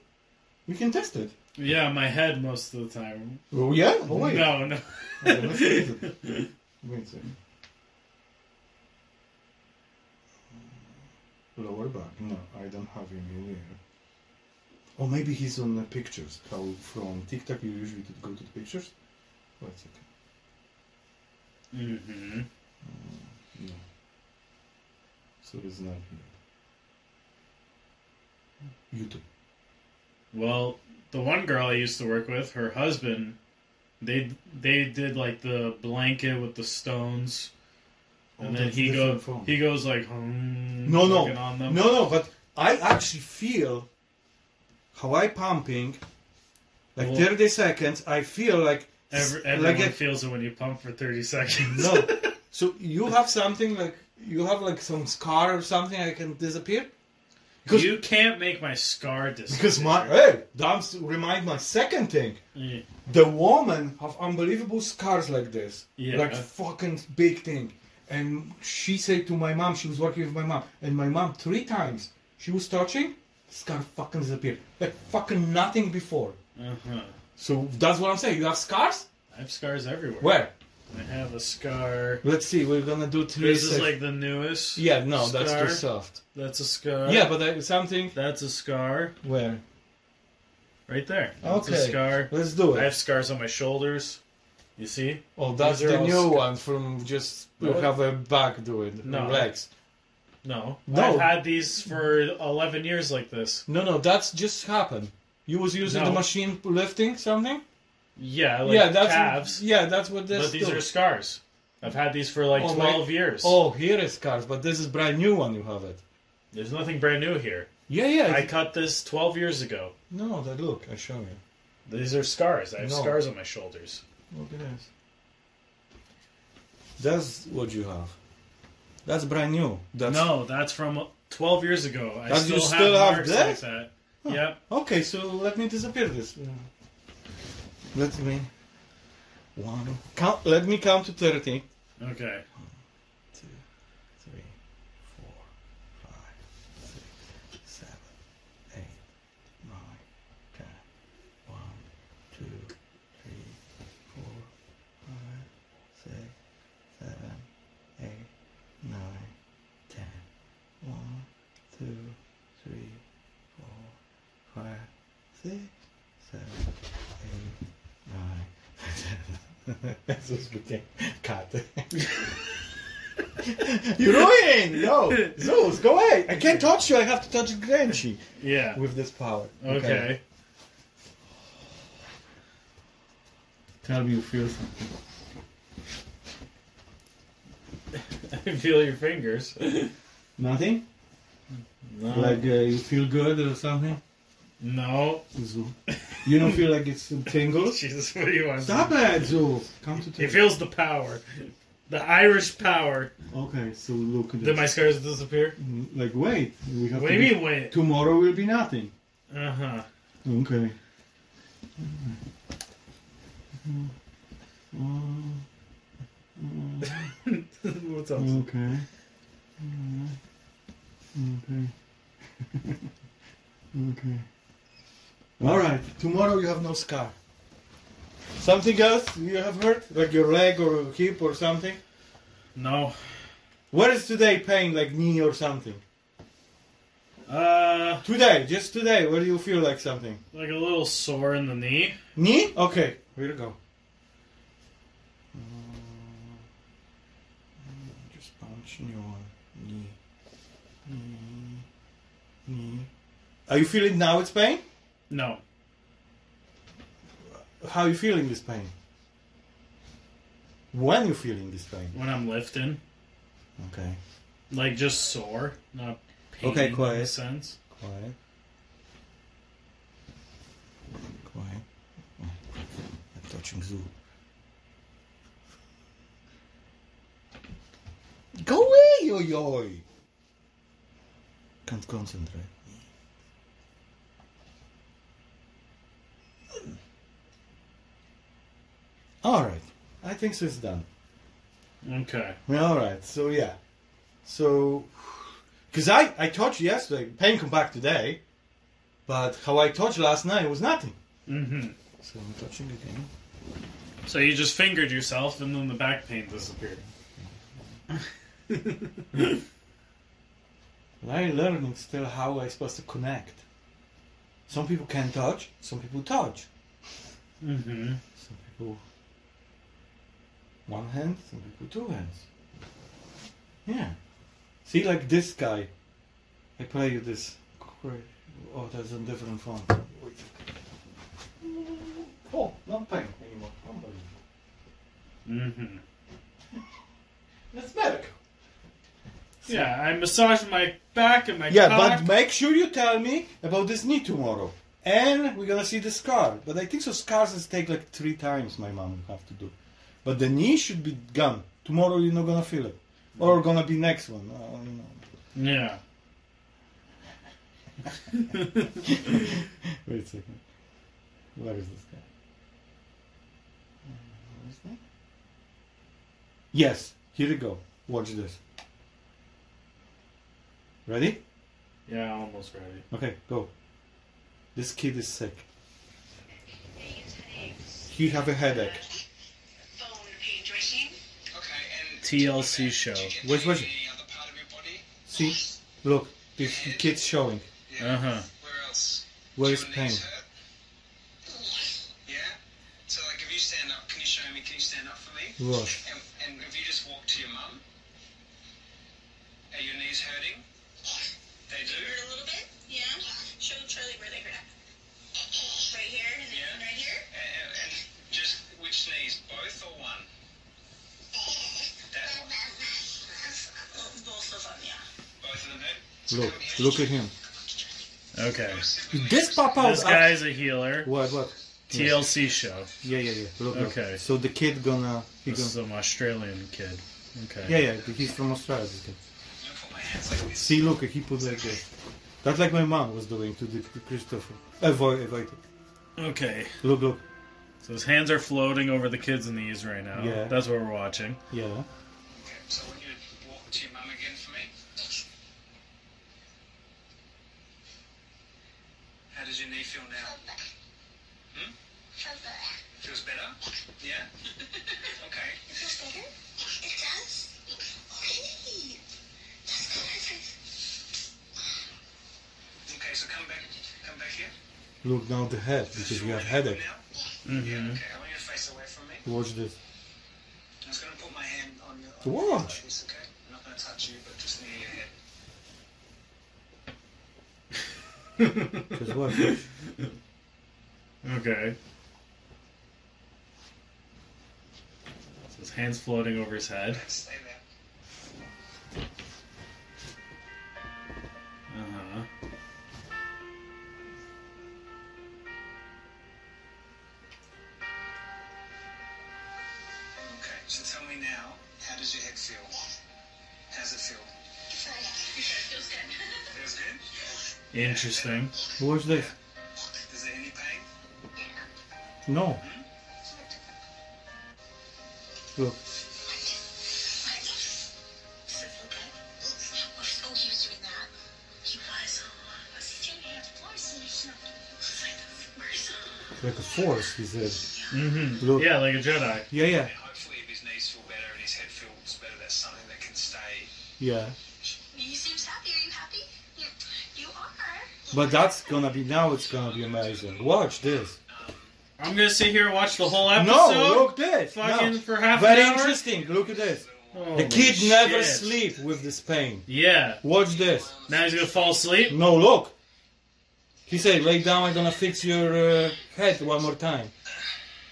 We can test it.
Yeah, my head most of the time.
Oh yeah. Oh wait.
No, no.
Okay, let's test it. Wait a second. Lower back. No, I don't have him in here. Or maybe he's on the pictures. How from TikTok you usually could go to the pictures. Wait a second.
mm-hmm.
No. So it's not here. YouTube.
Well, the one girl I used to work with, her husband, they they did like the blanket with the stones,
Oh,
and then
that's
he
different
goes
phone.
he goes like hmm,
No, no,
looking on
no,
them.
no. But I actually feel how I pumping. Like
Well-
thirty seconds, I feel like
Every,
like
everyone
a-
feels it when you pump for thirty seconds.
no. So you have something like you have like some scar or something I can disappear. Because-
you can't make my scar disappear.
Because my hey, that's remind my second thing.
Yeah.
The woman have unbelievable scars like this,
Yeah.
like fucking big thing. And she said to my mom, she was working with my mom, and my mom three times she was touching, scar fucking disappeared, like fucking nothing before.
Uh-huh.
So that's what I'm saying. You have scars?
I have scars everywhere.
Where?
I have a scar.
Let's see. We're gonna do three.
This is
sec-
like the newest.
yeah, no, that's
scar.
too soft.
That's a scar.
yeah, but I, something
That's a scar
where?
right there. That's a
Okay.
scar.
Let's do
I
it.
have scars on my shoulders. You see?
oh, that's
these are
the
all
new
scar-
one from just you
No.
have a back doing
No.
legs.
No.
No.
I've had these for 11 years like this.
No, no, that's just happened. You was using the
No.
machine lifting something.
Yeah, like
yeah, that's
calves.
yeah, that's what this.
but these
do.
are scars. I've had these for like
Oh, my-
12 years.
Oh, here is cars, but this is brand new one. You have it.
There's nothing brand new here.
Yeah, yeah.
I
it's-
cut this 12 years ago.
No, that look. I show you.
These are scars. I have
No.
scars on my shoulders.
Look at this. That's what you have. That's brand new. That's
No, that's from 12 years ago. I
That
still,
you still
have
have
marks
that?
like that. Yep.
Okay, so let me disappear this. Let me. One. Count. Let me count to thirty.
Okay.
Three, four, five, six, seven, eight, nine, ten. One, two, three, four, five, six, seven, eight, nine, ten. One, two, three, four, five, six, seven, eight, nine. That's what became cut. You ruined! No! Zeus, go away! I can't touch you, I have to touch Granchi
Yeah.
with this power.
Okay.
Tell me you feel something.
I feel your fingers.
Nothing?
No.
Like uh, you feel good or something?
no.
Zeus. You don't feel like it's tingles?
Jesus, what do you want?
Stop it, Zeus! Come to
He
table.
feels the power. The Irish power.
Okay, so look at
Did my
this. Mm,
scars disappear?
Like, wait. We have
What
to
do you mean, wait?
Tomorrow will be nothing.
Uh huh.
Okay. Mm-hmm. Mm-hmm.
What's up?
Okay. Okay. okay. All right. Tomorrow you have no scar. Something else you have hurt, like your leg or hip or something.
No.
What is today pain, like knee or something?
Uh,
Today, just today, where do you feel like something?
like a little sore in the knee.
Knee? Okay, here we go. Just punch in your knee. Knee. Knee. Are you feeling now it's pain?
No.
How you feeling this pain? When you feeling this pain?
When I'm lifting,
Okay.
like just sore, not pain.
Okay,
In a
quiet.
sense.
Quiet. Quiet. Oh, I'm touching zoo. Go away, yo yo! Can't concentrate. All right, I think so. It's done.
Okay.
All right, so yeah, so because I I taught you yesterday, pain come back today, but how I taught you last night was nothing.
Mm-hmm.
So I'm touching again.
So you just fingered yourself, and then the back pain disappeared. Mm-hmm.
I'm learning still how I supposed to connect. Some people can touch, some people touch.
Mm-hmm.
Some people one hand, some people two hands. Yeah. See, like this guy. I play you this. cra- Oh, that's a different phone. Wait. Oh, not pain anymore. Unbelievable.
Mm-hmm.
That's medical.
Yeah, I massaged my back and my
Yeah,
cock.
but make sure you tell me about this knee tomorrow. And we're gonna see the scar. But I think so scars is take like three times my mom will have to do. But the knee should be gone. Tomorrow you're not gonna feel it. Or gonna be next one. Uh, you know.
yeah.
Wait a second. Where is this guy? Where is that? Yes, here we go. Watch this. Ready?
Yeah, almost ready.
Okay, go. This kid is sick. He have a headache.
phone page machine.
TLC show.
Which was it? See, look, this kid's showing.
Uh
Uh-huh.
huh.
Where else?
Where is
Your
pain?
knees hurt? Yeah? So, like, if you stand up, can you show me? Can you stand up for me?
Look.
And, and if you just walk to your mum, are your knees hurting? They do?
Hurt a little bit, yeah. Show Charlie where they hurt. Right here and then
Yeah.
right here.
And, and, and just which knees? Both or one? That one.
Both both of them, yeah.
Both of them hurt?
Look, look at him.
Okay.
This pop out.
This guy's a healer.
What? What?
TLC show.
Yeah, yeah, yeah. Look, look.
Okay.
So the kid gonna. He
This
gonna
is some Australian kid. Okay.
yeah, yeah. He's from Australia. This kid.
I put my hands like this.
See, look, he put like this. That's like my mom was doing to the to Christopher. Avoid, avoid.
Okay.
Look, look.
So his hands are floating over the kid's knees right now.
Yeah.
That's what we're watching.
Yeah.
Okay, so I want you to walk to your mum again for me. How does your knee feel now? Hmm? Feels better? Yeah? Okay. Okay, so come back come back here.
Look now the head because you have headache.
Now?
Mm-hmm.
Okay, I want your face away from me.
Watch this.
I'm just gonna put my hand on your
To
on your
watch.
face, okay? I'm not gonna touch you, but just near your head.
Just watch. watch.
Okay. So his hands floating over his head.
Don't stay there.
Uh huh.
Okay, so tell me now, how does your head feel? How's it feel?
Feels good.
Feels good?
Interesting.
Watch this.
Is there any pain?
No. Look.
Oh,
Like a force, he said.
Mm-hmm.
Look.
Yeah, like a Jedi.
Yeah, yeah,
And hopefully if his knees feel better and his head feels better, that's something that can stay.
yeah.
You seem happy. Are you happy? You are.
But that's gonna be now. It's gonna be amazing. Watch this.
I'm gonna sit here and watch the whole episode.
No, look this.
Fucking
No.
for half
Very
an hour.
interesting. Look at this.
Holy
The kid never
shit.
sleep with this pain.
Yeah.
Watch this.
Now he's gonna fall asleep.
No, look. He said, "Lay down. I'm gonna fix your uh, head one more time."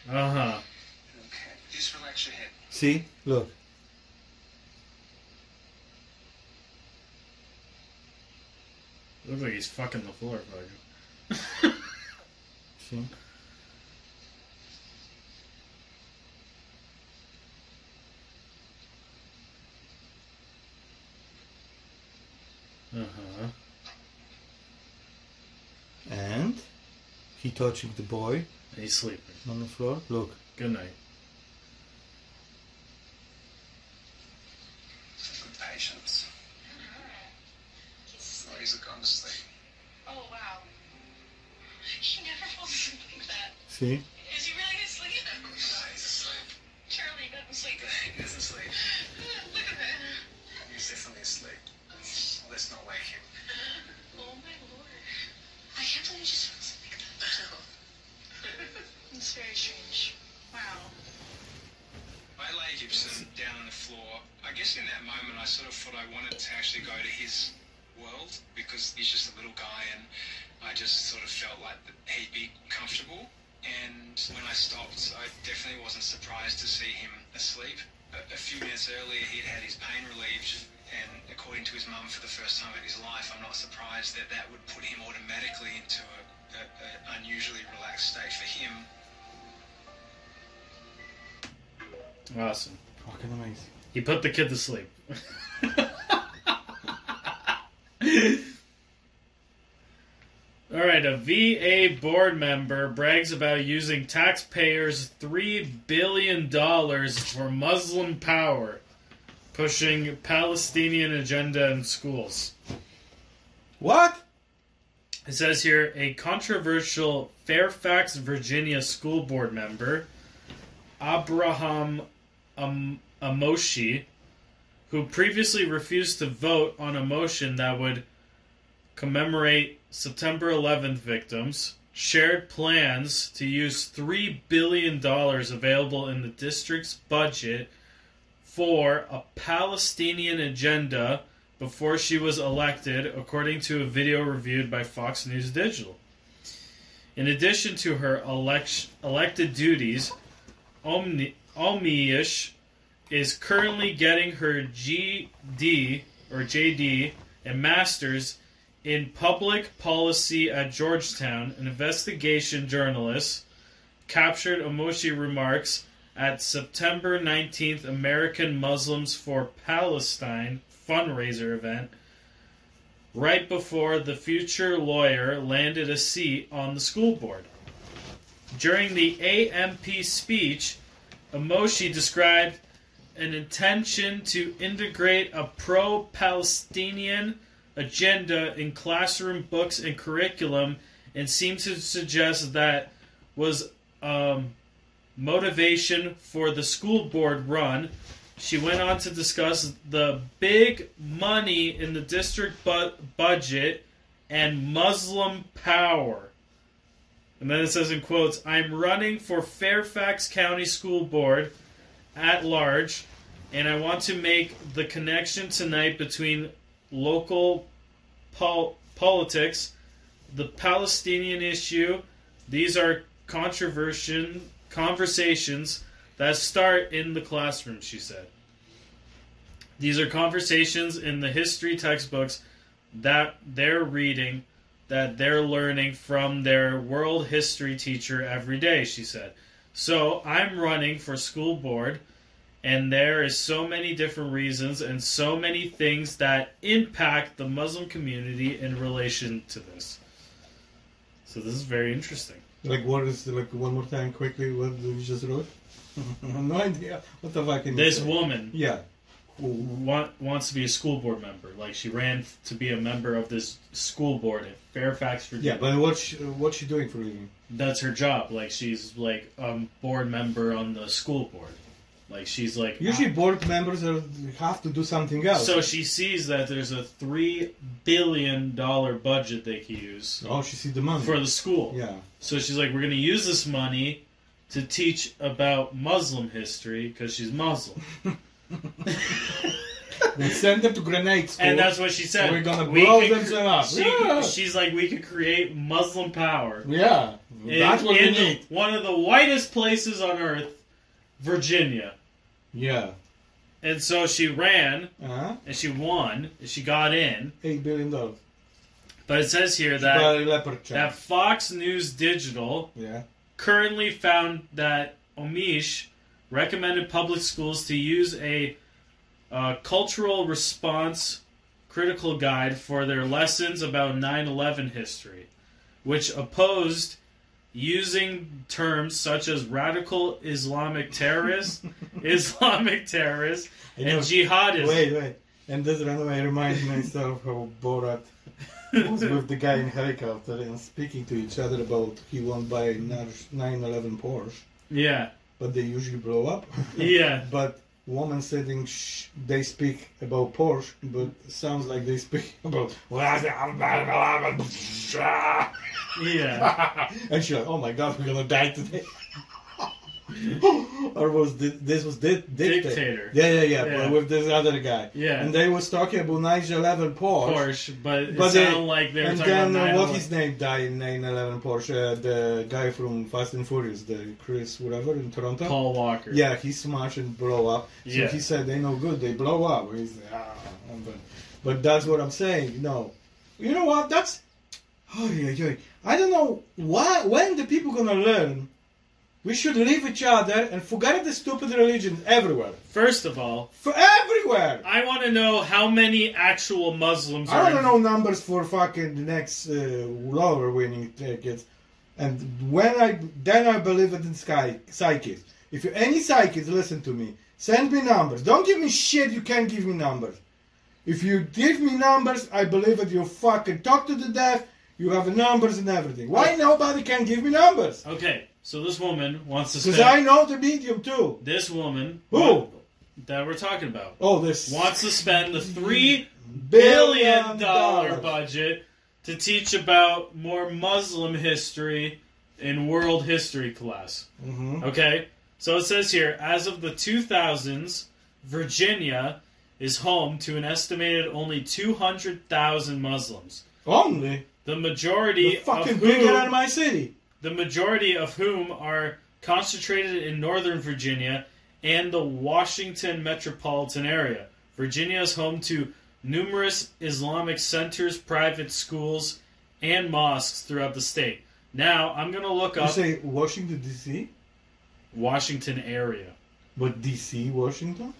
Uh huh.
Okay. Just relax your head.
See? Look.
Looks like he's fucking the floor, fucking.
See?
uh huh.
And he touching the boy
And he's sleeping.
on the floor. Look.
Good night.
Good patience. Or he's gone to sleep.
Oh wow. She never falls asleep like that.
See?
Is he really asleep?
No, he's asleep.
Charlie doesn't sleep.
He doesn't sleep.
Look at that.
He's definitely asleep. Let's not wake him.
Oh my lord. I can't believe you just felt something like that. it's very strange. Wow.
I lay Gibson down on the floor. I guess in that moment, I sort of thought I wanted to actually go to his world because he's just a little guy, and I just sort of felt like that he'd be comfortable. And when I stopped, I definitely wasn't surprised to see him asleep. A, a few minutes earlier, he'd had his pain relieved, and according to his mum, for the first time in his life, I'm not surprised that that would put him automatically into an unusually relaxed state for him.
Awesome.
Fucking amazing.
He put the kid to sleep. All right, a VA board member brags about using taxpayers' $3 billion for Muslim power, pushing Palestinian agenda in schools.
What?
It says here a controversial Fairfax, Virginia school board member, Abraham Am- Amoshi, who previously refused to vote on a motion that would commemorate September 11th victims, shared plans to use $3 billion available in the district's budget for a Palestinian agenda before she was elected, according to a video reviewed by Fox News Digital. In addition to her elect- elected duties, Omni- Omniish is currently getting her GD or JD and master's in public policy at Georgetown. An investigation journalist captured Omoshi remarks at September 19th American Muslims for Palestine fundraiser event right before the future lawyer landed a seat on the school board. During the AMP speech, Emoshi described an intention to integrate a pro Palestinian agenda in classroom books and curriculum and seemed to suggest that was um, motivation for the school board run. She went on to discuss the big money in the district bu- budget and Muslim power. And then it says in quotes, I'm running for Fairfax County School Board at large, and I want to make the connection tonight between local pol- politics, the Palestinian issue. These are controversial conversations that start in the classroom, she said. These are conversations in the history textbooks that they're reading, that they're learning from their world history teacher every day, she said. So I'm running for school board, and there is so many different reasons and so many things that impact the Muslim community in relation to this. So this is very interesting.
Like what is like one more time quickly? What you just wrote? no idea. What the fuck?
This woman
Yeah.
want, wants to be a school board member. Like she ran f- to be a member of this school board at Fairfax, Virginia.
Yeah, but what's she, what's she doing for a living?
That's her job. Like she's like a board member on the school board. Like she's like
Usually, board members are, have to do something else.
Ah. So she sees that there's a three billion dollar budget they could use
oh, she see the money.
for the school.
yeah.
So she's like, we're gonna use this money to teach about Muslim history because she's Muslim,
We send them to grenade school.
and that's what she said.
We're gonna
We
blow
could
them
cr-
up.
she-
Yeah.
She's like, we could create Muslim power.
yeah.
in-
that's what we
in
need.
One of the whitest places on earth, Virginia.
Yeah.
And so she ran
Uh-huh.
and she won. And she got in,
Eight billion dollars.
but it says here
She got
that
a leopard
that
child.
Fox News Digital
Yeah.
currently found that Omish recommended public schools to use a uh, cultural response critical guide for their lessons about 9 11 history, which opposed using terms such as radical Islamic terrorist, Islamic terrorist,
You
and
know,
jihadism.
Wait, wait. And this runway reminds myself how Borat was with the guy in helicopter and speaking to each other about he won't buy a 911 Porsche,
Yeah,
but they usually blow up.
yeah.
but woman sitting, sh- they speak about Porsche, but sounds like they speak about.
Yeah,
and she's like, oh my god, we're gonna die today. or was thi- this was di- dictator?
Dictator.
Yeah, yeah, yeah,
Yeah.
But with this other guy.
Yeah.
And they was talking about 911 Porsche.
Porsche, but it
But they-
sounded like they were
and
talking
then
about
uh,
9/11.
what his name died in 911 Porsche? Uh, the guy from Fast and Furious, the Chris whatever in Toronto.
Paul Walker.
Yeah, he smashed and blow up. So
Yeah.
he said they no good, they blow up. He's, ah, but, but that's what I'm saying. No, you know what? That's oh yeah, yeah. I don't know why. When the people gonna learn? We should leave each other and forget the stupid religion everywhere.
First of all,
For everywhere.
I want to know how many actual Muslims are.
I
in-
don't know numbers for fucking the next uh, lower winning tickets. And when I then I believe it in sky psychics. If you any psychics, listen to me. Send me numbers. Don't give me shit. You can't give me numbers. If you give me numbers, I believe that you fucking talk to the deaf. You have numbers and everything. Why nobody can give me numbers?
Okay, so this woman wants to
Because
spend.
I know the medium too.
This woman.
Who?
that we're talking about
Oh, this
wants to spend the three billion
billion
dollar budget to teach about more Muslim history in world history class.
hmm
Okay? So it says here as of the 2000s, Virginia is home to an estimated only 200,000 Muslims.
Only
The
the,
majority
fucking
of
bigger than
whom,
my city.
the majority of whom are concentrated in northern Virginia and the Washington metropolitan area. Virginia is home to numerous Islamic centers, private schools, and mosques throughout the state. Now, I'm going to look
You
up
say Washington D.C.,
Washington area.
but D.C. Washington.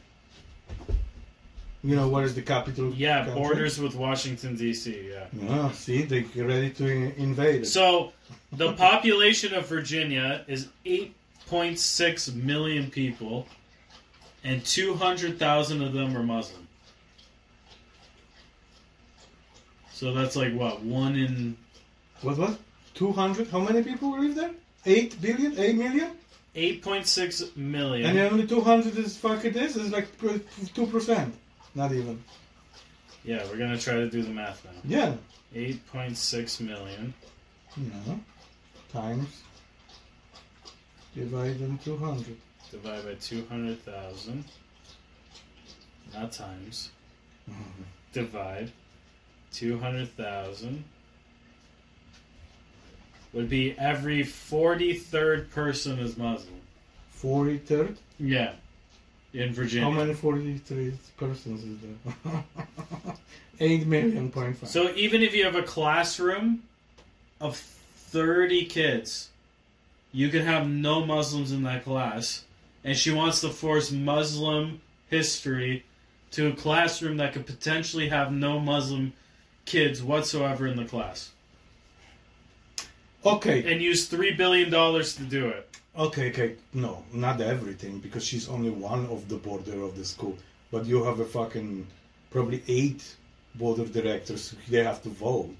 You know what is the capital?
Yeah,
country?
borders with Washington D.C. Yeah.
Ah, see, they're ready to in- invade. it.
So the population of Virginia is 8.6 million people, and 200,000 of them are Muslim. So that's like what one in
what was two hundred? How many people live there? Eight billion, eight million,
8.6
and
million.
only two hundred is fucking this is like two percent, not even.
Yeah, we're gonna try to do the math now.
Yeah,
8.6 million.
you know, times divided in two hundred.
Divide by 200,000. Not times. Divide. 200,000 would be every 43rd person is Muslim.
Forty third.
Yeah. In Virginia.
How many forty three persons is there? eight million point five.
So even if you have a classroom of 30 kids, you can have no Muslims in that class. And she wants to force Muslim history to a classroom that could potentially have no Muslim kids whatsoever in the class.
okay,
And use $3 billion to do it.
okay, okay. No, not everything because she's only one of the border of the school. But you have a fucking probably eight board of directors. They have to vote.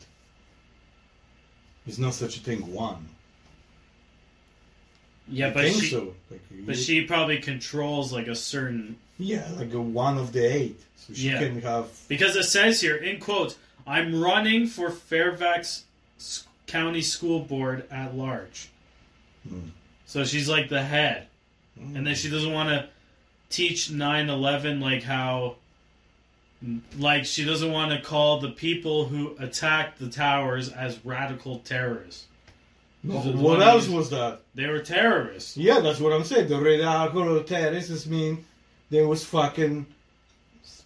It's not such a thing. One.
Yeah,
I
but
think
she,
so. Like,
but
you-
she probably controls like a certain.
Yeah, like a one of the eight. So she
Yeah.
can have.
Because it says here, in quotes, I'm running for Fairfax S- County School Board at large.
Hmm.
So she's like the head. And then she doesn't want to teach 9 11, like how. Like, she doesn't want to call the people who attacked the towers as radical terrorists.
No,
This is
what
one of
else
these-
was that?
They were terrorists.
Yeah, that's what I'm saying. The red alcohol terrorists mean there was fucking s-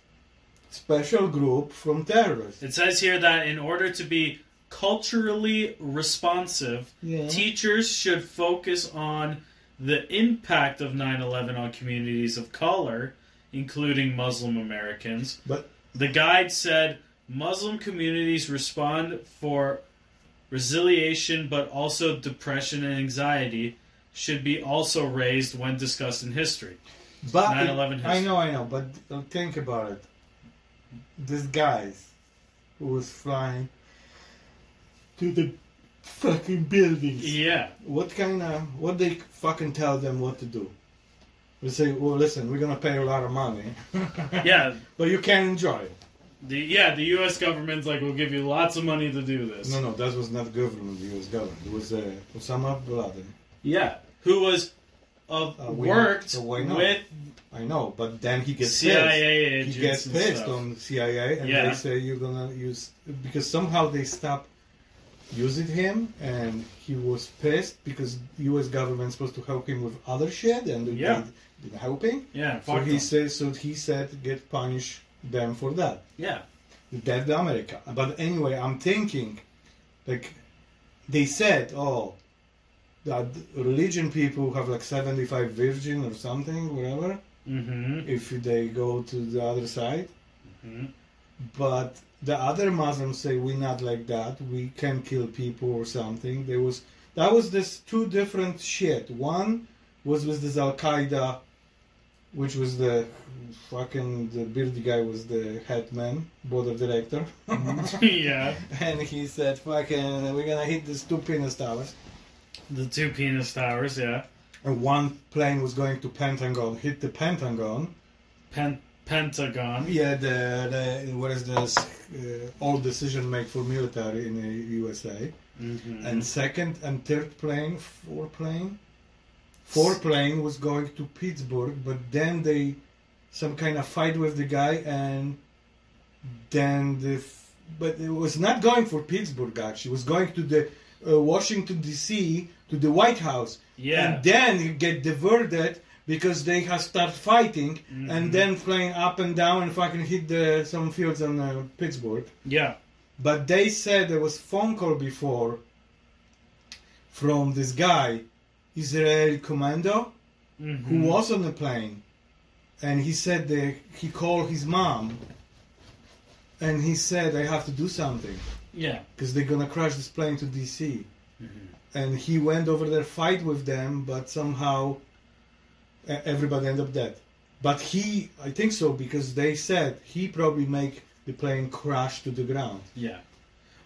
special group from terrorists.
It says here that in order to be culturally responsive,
Yeah.
Teachers should focus on the impact of 9 11 on communities of color, including Muslim Americans.
But-
the guide said Muslim communities respond for resiliation, but also depression and anxiety should be also raised when discussed in history.
But
9/11
I
has-
know, I know. But uh, think about it. This guy who was flying to the fucking buildings.
Yeah.
What kind of what they fucking tell them what to do? We say, well, listen, we're gonna pay a lot of money.
Yeah.
But you can enjoy it.
The, yeah, the U.S. government's like, we'll give you lots of money to do this.
No, no, that was not government. It was government. It was uh, Osama bin Laden.
Yeah. Who was, uh,
Uh, we-
worked
uh, why not?
with
I know, but then he gets
CIA
pissed.
agents.
He gets
and
pissed
stuff.
on CIA, and
Yeah.
they say you're gonna use because somehow they stop using him, and he was pissed because U.S. government's supposed to help him with other shit, and they
Yeah.
didn't help him.
Yeah,
So
fuck
he
them.
says, so he said, get punish them for that.
yeah,
Dead America. But anyway, I'm thinking, like, they said, oh, that religion people have like 75 virgin or something, whatever,
mm-hmm.
if they go to the other side.
Mhm.
But the other Muslims say we're not like that. We can kill people or something. There was that was this two different shit. One was with this Al Qaeda, which was the fucking the bearded guy was the head man, board of director.
Mm-hmm. yeah.
and he said, "Fucking, we're gonna hit these two penis towers."
The two penis towers. Yeah,
And one plane was going to Pentagon, hit the Pentagon,
Pen- Pentagon.
Yeah, the, the what is this uh, all decision make for military in uh, the USA?
Mm-hmm.
And second and third plane, four plane, four plane was going to Pittsburgh, but then they some kind of fight with the guy, and then the f- but it was not going for Pittsburgh actually, it was going to the uh, Washington D.C. to the White House,
yeah.
and then you get diverted because they have start fighting
Mhm.
and then flying up and down and fucking hit the, some fields on uh, Pittsburgh.
yeah.
But they said there was phone call before from this guy, Israeli commando,
Mhm.
who was on the plane, and he said that he called his mom, and he said I have to do something
Yeah.
because they're gonna crash this plane to DC.
Mm-hmm.
And he went over there, fight with them, but somehow e- everybody ended up dead. But he, I think so, because they said he probably make the plane crash to the ground.
Yeah.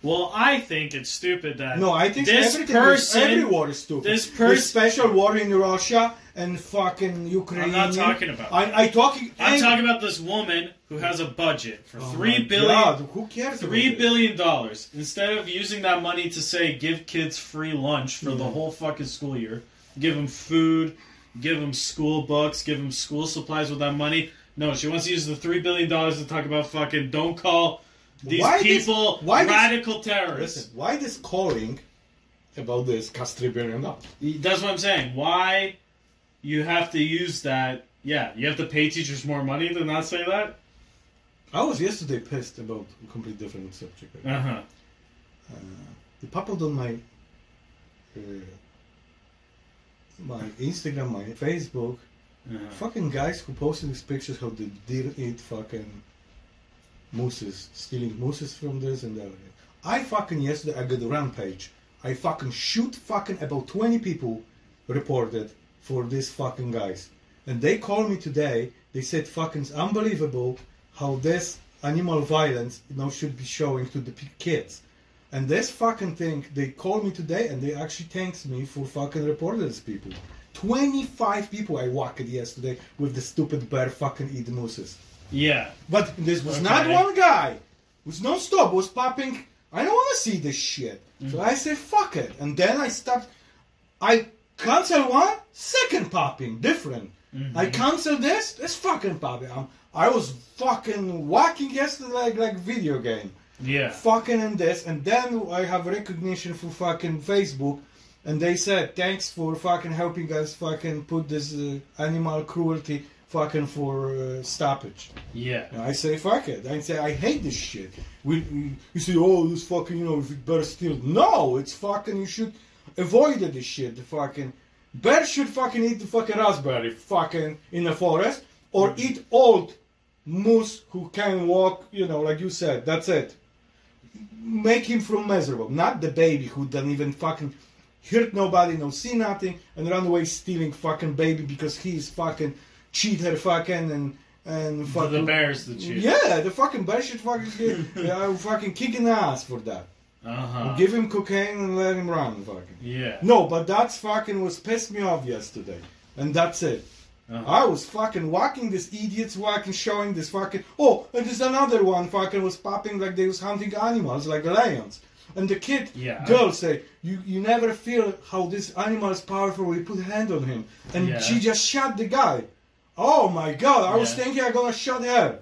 Well, I think it's stupid that
No, I think
This
everything was-
person-
every war is stupid.
this
There's
person-
special war in Russia and fucking Ukraine.
I'm not talking about. that.
I, I talking.
I'm talking about this woman who has a budget for
Oh my
three billion
God, who cares?
three
about it?
billion dollars instead of using that money to say give kids free lunch for the
Yeah.
whole fucking school year give them food give them school books give them school supplies with that money no she wants to use the three billion dollars to talk about fucking don't call these
Why this-
people
why this-
radical terrorists
Listen, why this calling about this cost three billion dollars?
that's what i'm saying why you have to use that yeah you have to pay teachers more money to not say that
I was yesterday pissed about a completely different subject.
uh-huh
Uh, they poppled on my uh, my Instagram, my Facebook.
uh-huh.
Fucking guys who posted these pictures how they did eat fucking mooses, stealing mooses from this and that. I fucking yesterday I got a rampage. I fucking shoot fucking about 20 people reported for these fucking guys. And they called me today. They said fucking it's unbelievable how this animal violence you know should be showing to the p- kids. And this fucking thing, they called me today and they actually thanks me for fucking reporting these people. 25 people I walked yesterday with the stupid bear fucking eat mooses.
yeah
But this was not
Okay.
one guy. It was non-stop. Was popping. I don't want to see this shit. So I say fuck it, and then I stopped. I cancel one, second popping, different. I cancel this, this fucking popping. i I was fucking walking yesterday like like video game,
yeah
fucking in this, and then I have recognition for fucking Facebook, and they said thanks for fucking helping us fucking put this uh, animal cruelty fucking for uh, stoppage.
yeah
And I say, fuck it. I say, I hate this shit. We, we- you say, oh, this fucking, you know, if it better steal. No, it's fucking, you should avoid this shit. The fucking, bear should fucking eat the fucking raspberry fucking in the forest or eat old moose who can walk, you know, like you said. That's it. Make him from miserable. Not the baby who doesn't even fucking hurt nobody, no see nothing, and run away stealing fucking baby because he's fucking cheater fucking and and
for the
fucking
bears the cheat
yeah, the fucking bear should fucking get, yeah, fucking kicking ass for that.
uh-huh
Give him cocaine and let him run, fucking.
yeah
No, but that's fucking was pissed me off yesterday, and that's it.
Uh-huh.
I was fucking walking this idiots walking, showing this fucking. Oh, and there's another one fucking was popping like they was hunting animals like lions. And the kid,
Yeah.
girl, say you you never feel how this animal is powerful. We put hand on him, and
Yeah.
she just shot the guy. Oh my god! I was
Yeah.
thinking I'm gonna shot her.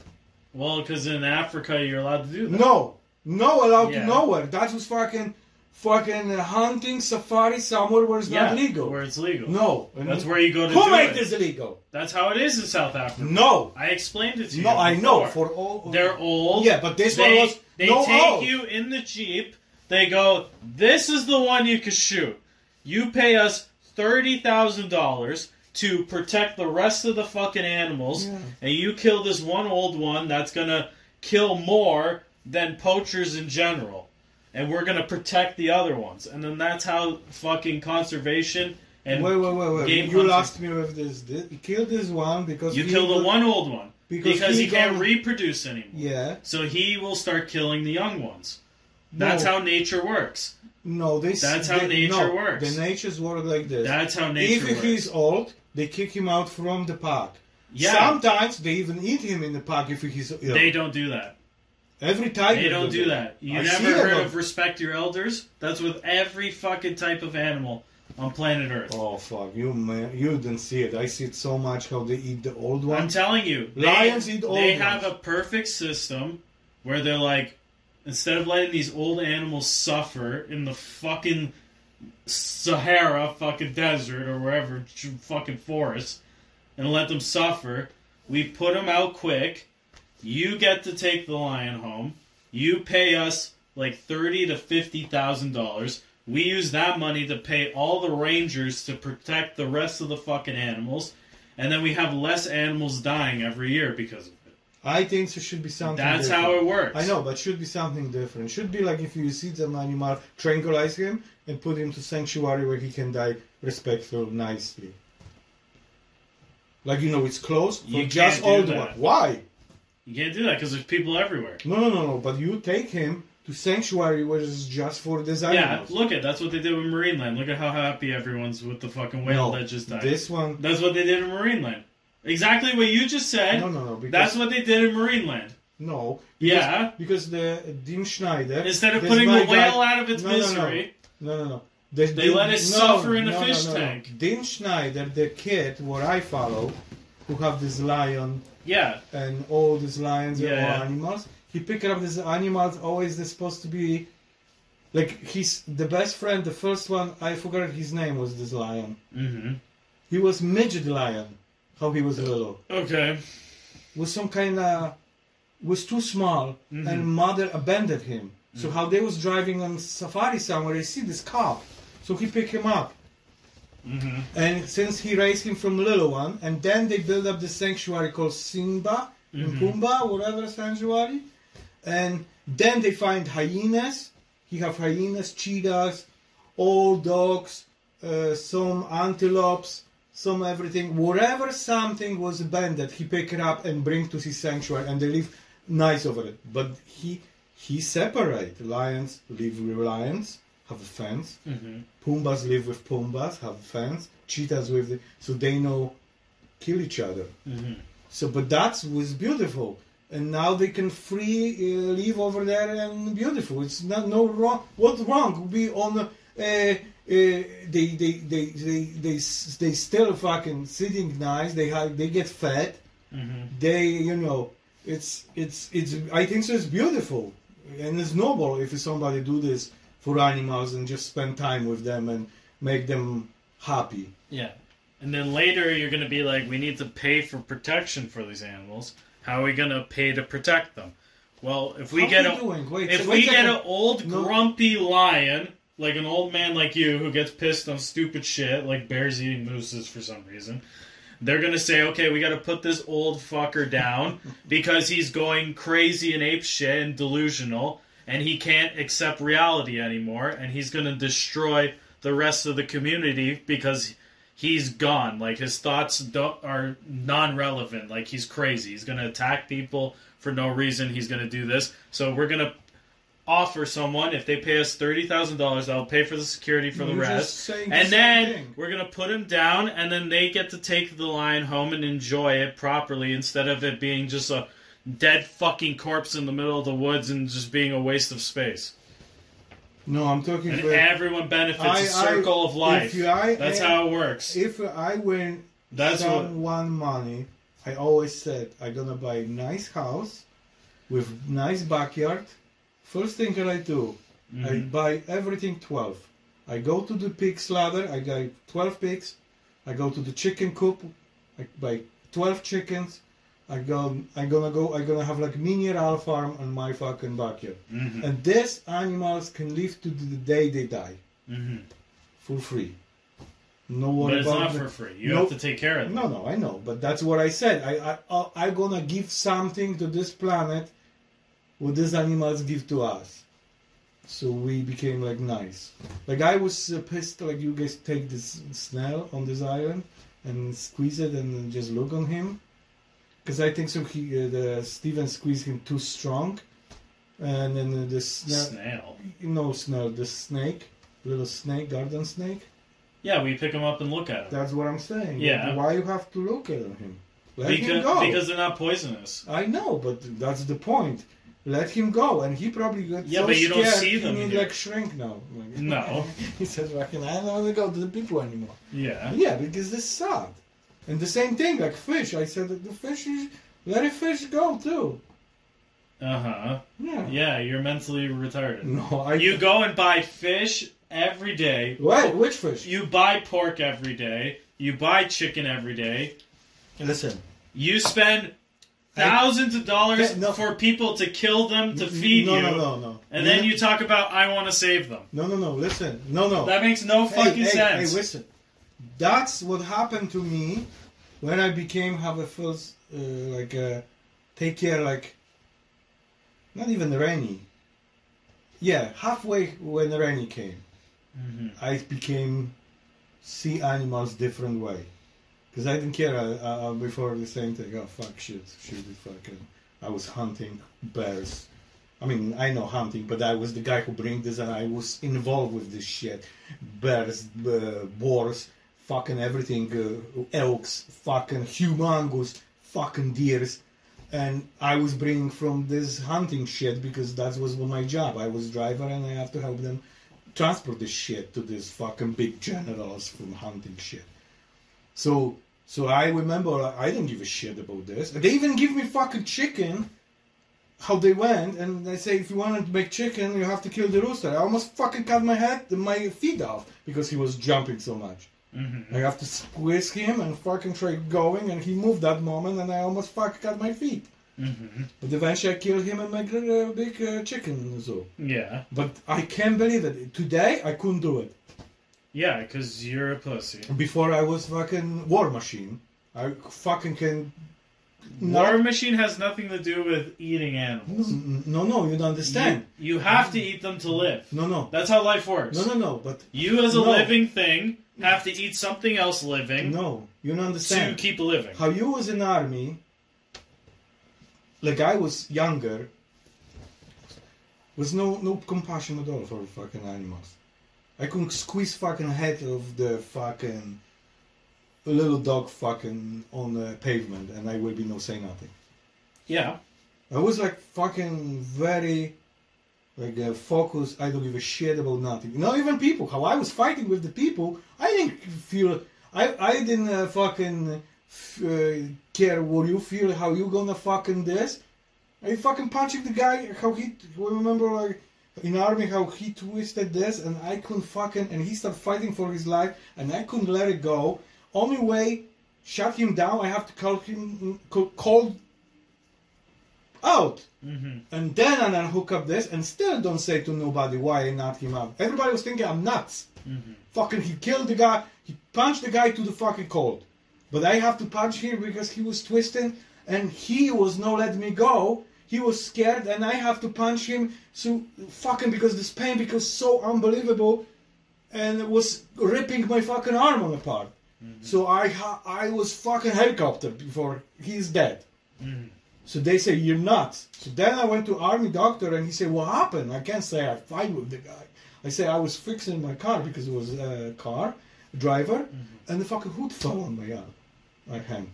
Well, because in Africa you're allowed to do that.
No, no allowed
Yeah.
to nowhere. That was fucking, fucking hunting safari somewhere where it's
yeah,
not legal.
where it's legal.
no,
that's where you go to.
Who
do
made
it.
this illegal?
That's how it is in South Africa.
No,
I explained it to you.
no, I know.
before.
For all
they're old.
Yeah, but this
they,
one was
They
no
take
old.
you in the jeep. They go. This is the one you can shoot. You pay us thirty thousand dollars to protect the rest of the fucking animals,
Yeah.
and you kill this one old one that's gonna kill more than poachers in general. And we're gonna protect the other ones, and then that's how fucking conservation and
Wait, wait, wait, wait!
game
you
hunting-
lost me with this. Did, you kill this one because
you
he
kill the
will-
one old one
because
because,
he
he, can't
got-
reproduce anymore.
Yeah.
So he will start killing the young ones. That's
no,
how nature works.
No, they. s-
that's how
they-
nature
no,
works.
The nature's work like this.
That's how nature
if
works.
he's old, they kick him out from the park.
Yeah,
Sometimes they even eat him in the park if he's ill.
they don't do that.
Every tiger.
They don't
does
do that. You
I see
never
it,
heard
but-
of respect your elders? That's with every fucking type of animal on planet Earth.
Oh fuck! You man, you didn't see it. I see it so much how they eat the old
I'm
ones.
telling you, they,
Lions eat old
They have
ones.
a perfect system where they're like, instead of letting these old animals suffer in the fucking Sahara, fucking desert or wherever, j- fucking forest, and let them suffer, we put them out quick. You get to take the lion home. You pay us like thirty to fifty thousand dollars. We use that money to pay all the rangers to protect the rest of the fucking animals, and then we have less animals dying every year because of it.
I think there should be something.
That's
different.
how it works.
I know, but should be something different. Should be like if you see some animal, tranquilize him and put him to sanctuary where he can die respectful, nicely. Like you know, it's closed for
You can't
just
do
old
that.
one. Why?
You can't do that because there's people everywhere.
No, no, no, no. But you take him to sanctuary where it's just for this
Yeah,
animal.
look at that's what they did with Marineland. Look at how happy everyone's with the fucking whale
No,
that just died.
This one.
That's what they did in Marineland. Exactly what you just said.
No, no, no. Because
That's what they did in Marineland.
No. Because,
Yeah.
Because the Dean Schneider.
Instead of
this
putting
my
the
guy-
whale out of its
No, no, no.
misery,
No, no, no. The,
They let it suffer in a fish tank.
Dean Schneider, the kid what I follow, who have this lion
yeah,
and all these lions and
Yeah.
all animals, he picked up these animals. Always they're supposed to be, like he's the best friend. The first one I forgot his name was this lion. Mm-hmm.
hmm
He was midget lion. How he was little
Okay.
was some kind of was too small and mother abandoned him so how they was driving on safari somewhere they see this cop so he picked him up
Mm-hmm.
and since he raised him from little one and then they build up the sanctuary called simba and pumba whatever sanctuary and then they find hyenas he have hyenas cheetahs all dogs uh, some antelopes some everything wherever something was abandoned he pick it up and bring to his sanctuary and they live nice over it but he he separate lions live with lions have a fence pumbas live with pumbas have a fence cheetahs with the, so they know kill each other so but that was beautiful and now they can free uh, live over there and beautiful it's not no wrong what's wrong we on uh, uh, they, they they they they s- they still fucking sitting nice they have they get fed they you know it's it's it's i think so it's beautiful and it's noble if somebody do this for animals and just spend time with them and make them happy
Yeah. And then later you're going to be like, we need to pay for protection for these animals. How are we going to pay to protect them? Well, if we
How
get
you
a
doing? Wait,
if we
so wait a
get
second.
an old
No.
grumpy lion, like an old man like you who gets pissed on stupid shit, like bears eating mooses for some reason, they're gonna say, okay, we gotta put this old fucker down because he's going crazy and ape shit and delusional, and he can't accept reality anymore, and he's gonna destroy the rest of the community because he's gone. Like his thoughts don't, are non-relevant. Like he's crazy. He's gonna attack people for no reason. He's gonna do this. So we're gonna offer someone if they pay us thirty thousand dollars, I'll pay for the security for the
You're just
rest.
saying the
and
same
then
thing.
we're gonna put him down, and then they get to take the lion home and enjoy it properly instead of it being just a dead fucking corpse in the middle of the woods and just being a waste of space.
no i'm talking
And
for
everyone benefits.
I-
a circle of
I-
life.
if you- I-
That's
I-
how it works.
if i win
That's what-
someone money i always said i gonna buy a nice house with nice backyard first thing that i do i
Mm-hmm.
buy everything 12 i go to the pig slaughter i buy 12 pigs i go to the chicken coop i buy 12 chickens i go i gonna go i gonna have like mineral farm on my fucking backyard and these animals can live to the day they die
hmm
for free no
But
worry
it's
about
not
the-
for free. You
Nope.
have to take care of it.
no, no, I know, but that's what I said. I, I, I, I'm gonna give something to this planet, what these animals give to us. So we became like nice. Like I was uh, pissed. Like you guys take this snail on this island and squeeze it and just look on him, because I think so. He, uh, the Steven squeezed him too strong, and then uh, the snail,
Snail.
no snail, the snake, little snake, garden snake.
Yeah, we pick him up and look at him.
That's what I'm saying.
Yeah.
Why you have to look at him? Let him
because,
go.
because they're not poisonous.
I know, but that's the point. Let him go, and he probably got
Yeah,
so
but you don't
scared,
see
he
them
need,
here.
like shrink now.
No.
he says, "Fucking, I don't want to go to the people anymore."
Yeah.
Yeah, because this sad. And the same thing, like fish. I said, the fish, is, let a fish go too.
Uh huh.
Yeah.
Yeah, you're mentally retarded.
No, I.
You go and buy fish every day.
What? Which fish?
You buy pork every day. You buy chicken every day.
Listen.
You spend
I-
thousands of dollars
Th- no.
for people to kill them to feed
no,
you.
No, no, no.
And
No,
then you talk about I want to save them.
No, no, no. Listen. No, no.
That makes no
Oh. Hey,
fucking
hey,
sense.
Hey, listen. That's what happened to me when I became have a first uh, like uh, take care like not even rainy. Yeah, halfway when rainy came.
Mhm.
I became see animals different way because I didn't care uh, uh, before the same thing. Oh fuck shit, shit, fucking. I was hunting bears. I mean, I know hunting, but I was the guy who bring this, and I was involved with this shit. Bears, uh, boars, fucking everything, uh, elks, fucking humongous, fucking deers, and I was bringing from this hunting shit because that was my job. I was driver, and I have to help them transport this shit to these fucking big generals from hunting shit. So so I remember I didn't give a shit about this. They even give me fucking chicken. How they went and they say if you want to make chicken you have to kill the rooster. I almost fucking cut my head my feet off because he was jumping so much. I have to squeeze him and fucking try going and he moved that moment and I almost fucking cut my feet. But eventually I killed him and make a big uh, chicken zoo.
Yeah.
But I can't believe it. Today I couldn't do it.
Yeah, because you're a pussy.
Before I was fucking war machine. I fucking can.
War Machine has nothing to do with eating animals.
N- No, no, you don't understand.
You have to eat them to live.
No, no,
That's how life works.
no, no, no. But
You as a
No.
living thing have to eat something else living
no, you don't
to
understand.
keep living.
How you was in army. Like I was younger. Was no no compassion at all for fucking animals. I couldn't squeeze fucking head of the fucking little dog fucking on the pavement, and I will be no say nothing.
Yeah.
I was like fucking very like uh, focused. I don't give a shit about nothing. Not even people. How I was fighting with the people, I didn't feel. I I didn't uh, fucking f- uh, care what you feel. How you gonna fucking this? I fucking punching the guy. How he remember like in army how he twisted this and I couldn't fucking and he started fighting for his life and I couldn't let it go. Only way shut him down. I have to call him call- call out
hmm
and then and then hook up this and still don't say to nobody why I knocked him out. Everybody was thinking I'm nuts. Fucking he killed the guy, he punched the guy to the fucking cold. But I have to punch him because he was twisting and he was no let me go. He was scared and I have to punch him so fucking because this pain because so unbelievable and it was ripping my fucking arm on apart. So I ha- I was fucking helicopter before he's dead. So they say you're nuts. So then I went to army doctor and he said, "What happened?" I can't say I fight with the guy. I say I was fixing my car because it was a car driver, and the fucking hood fell on my arm, my hand.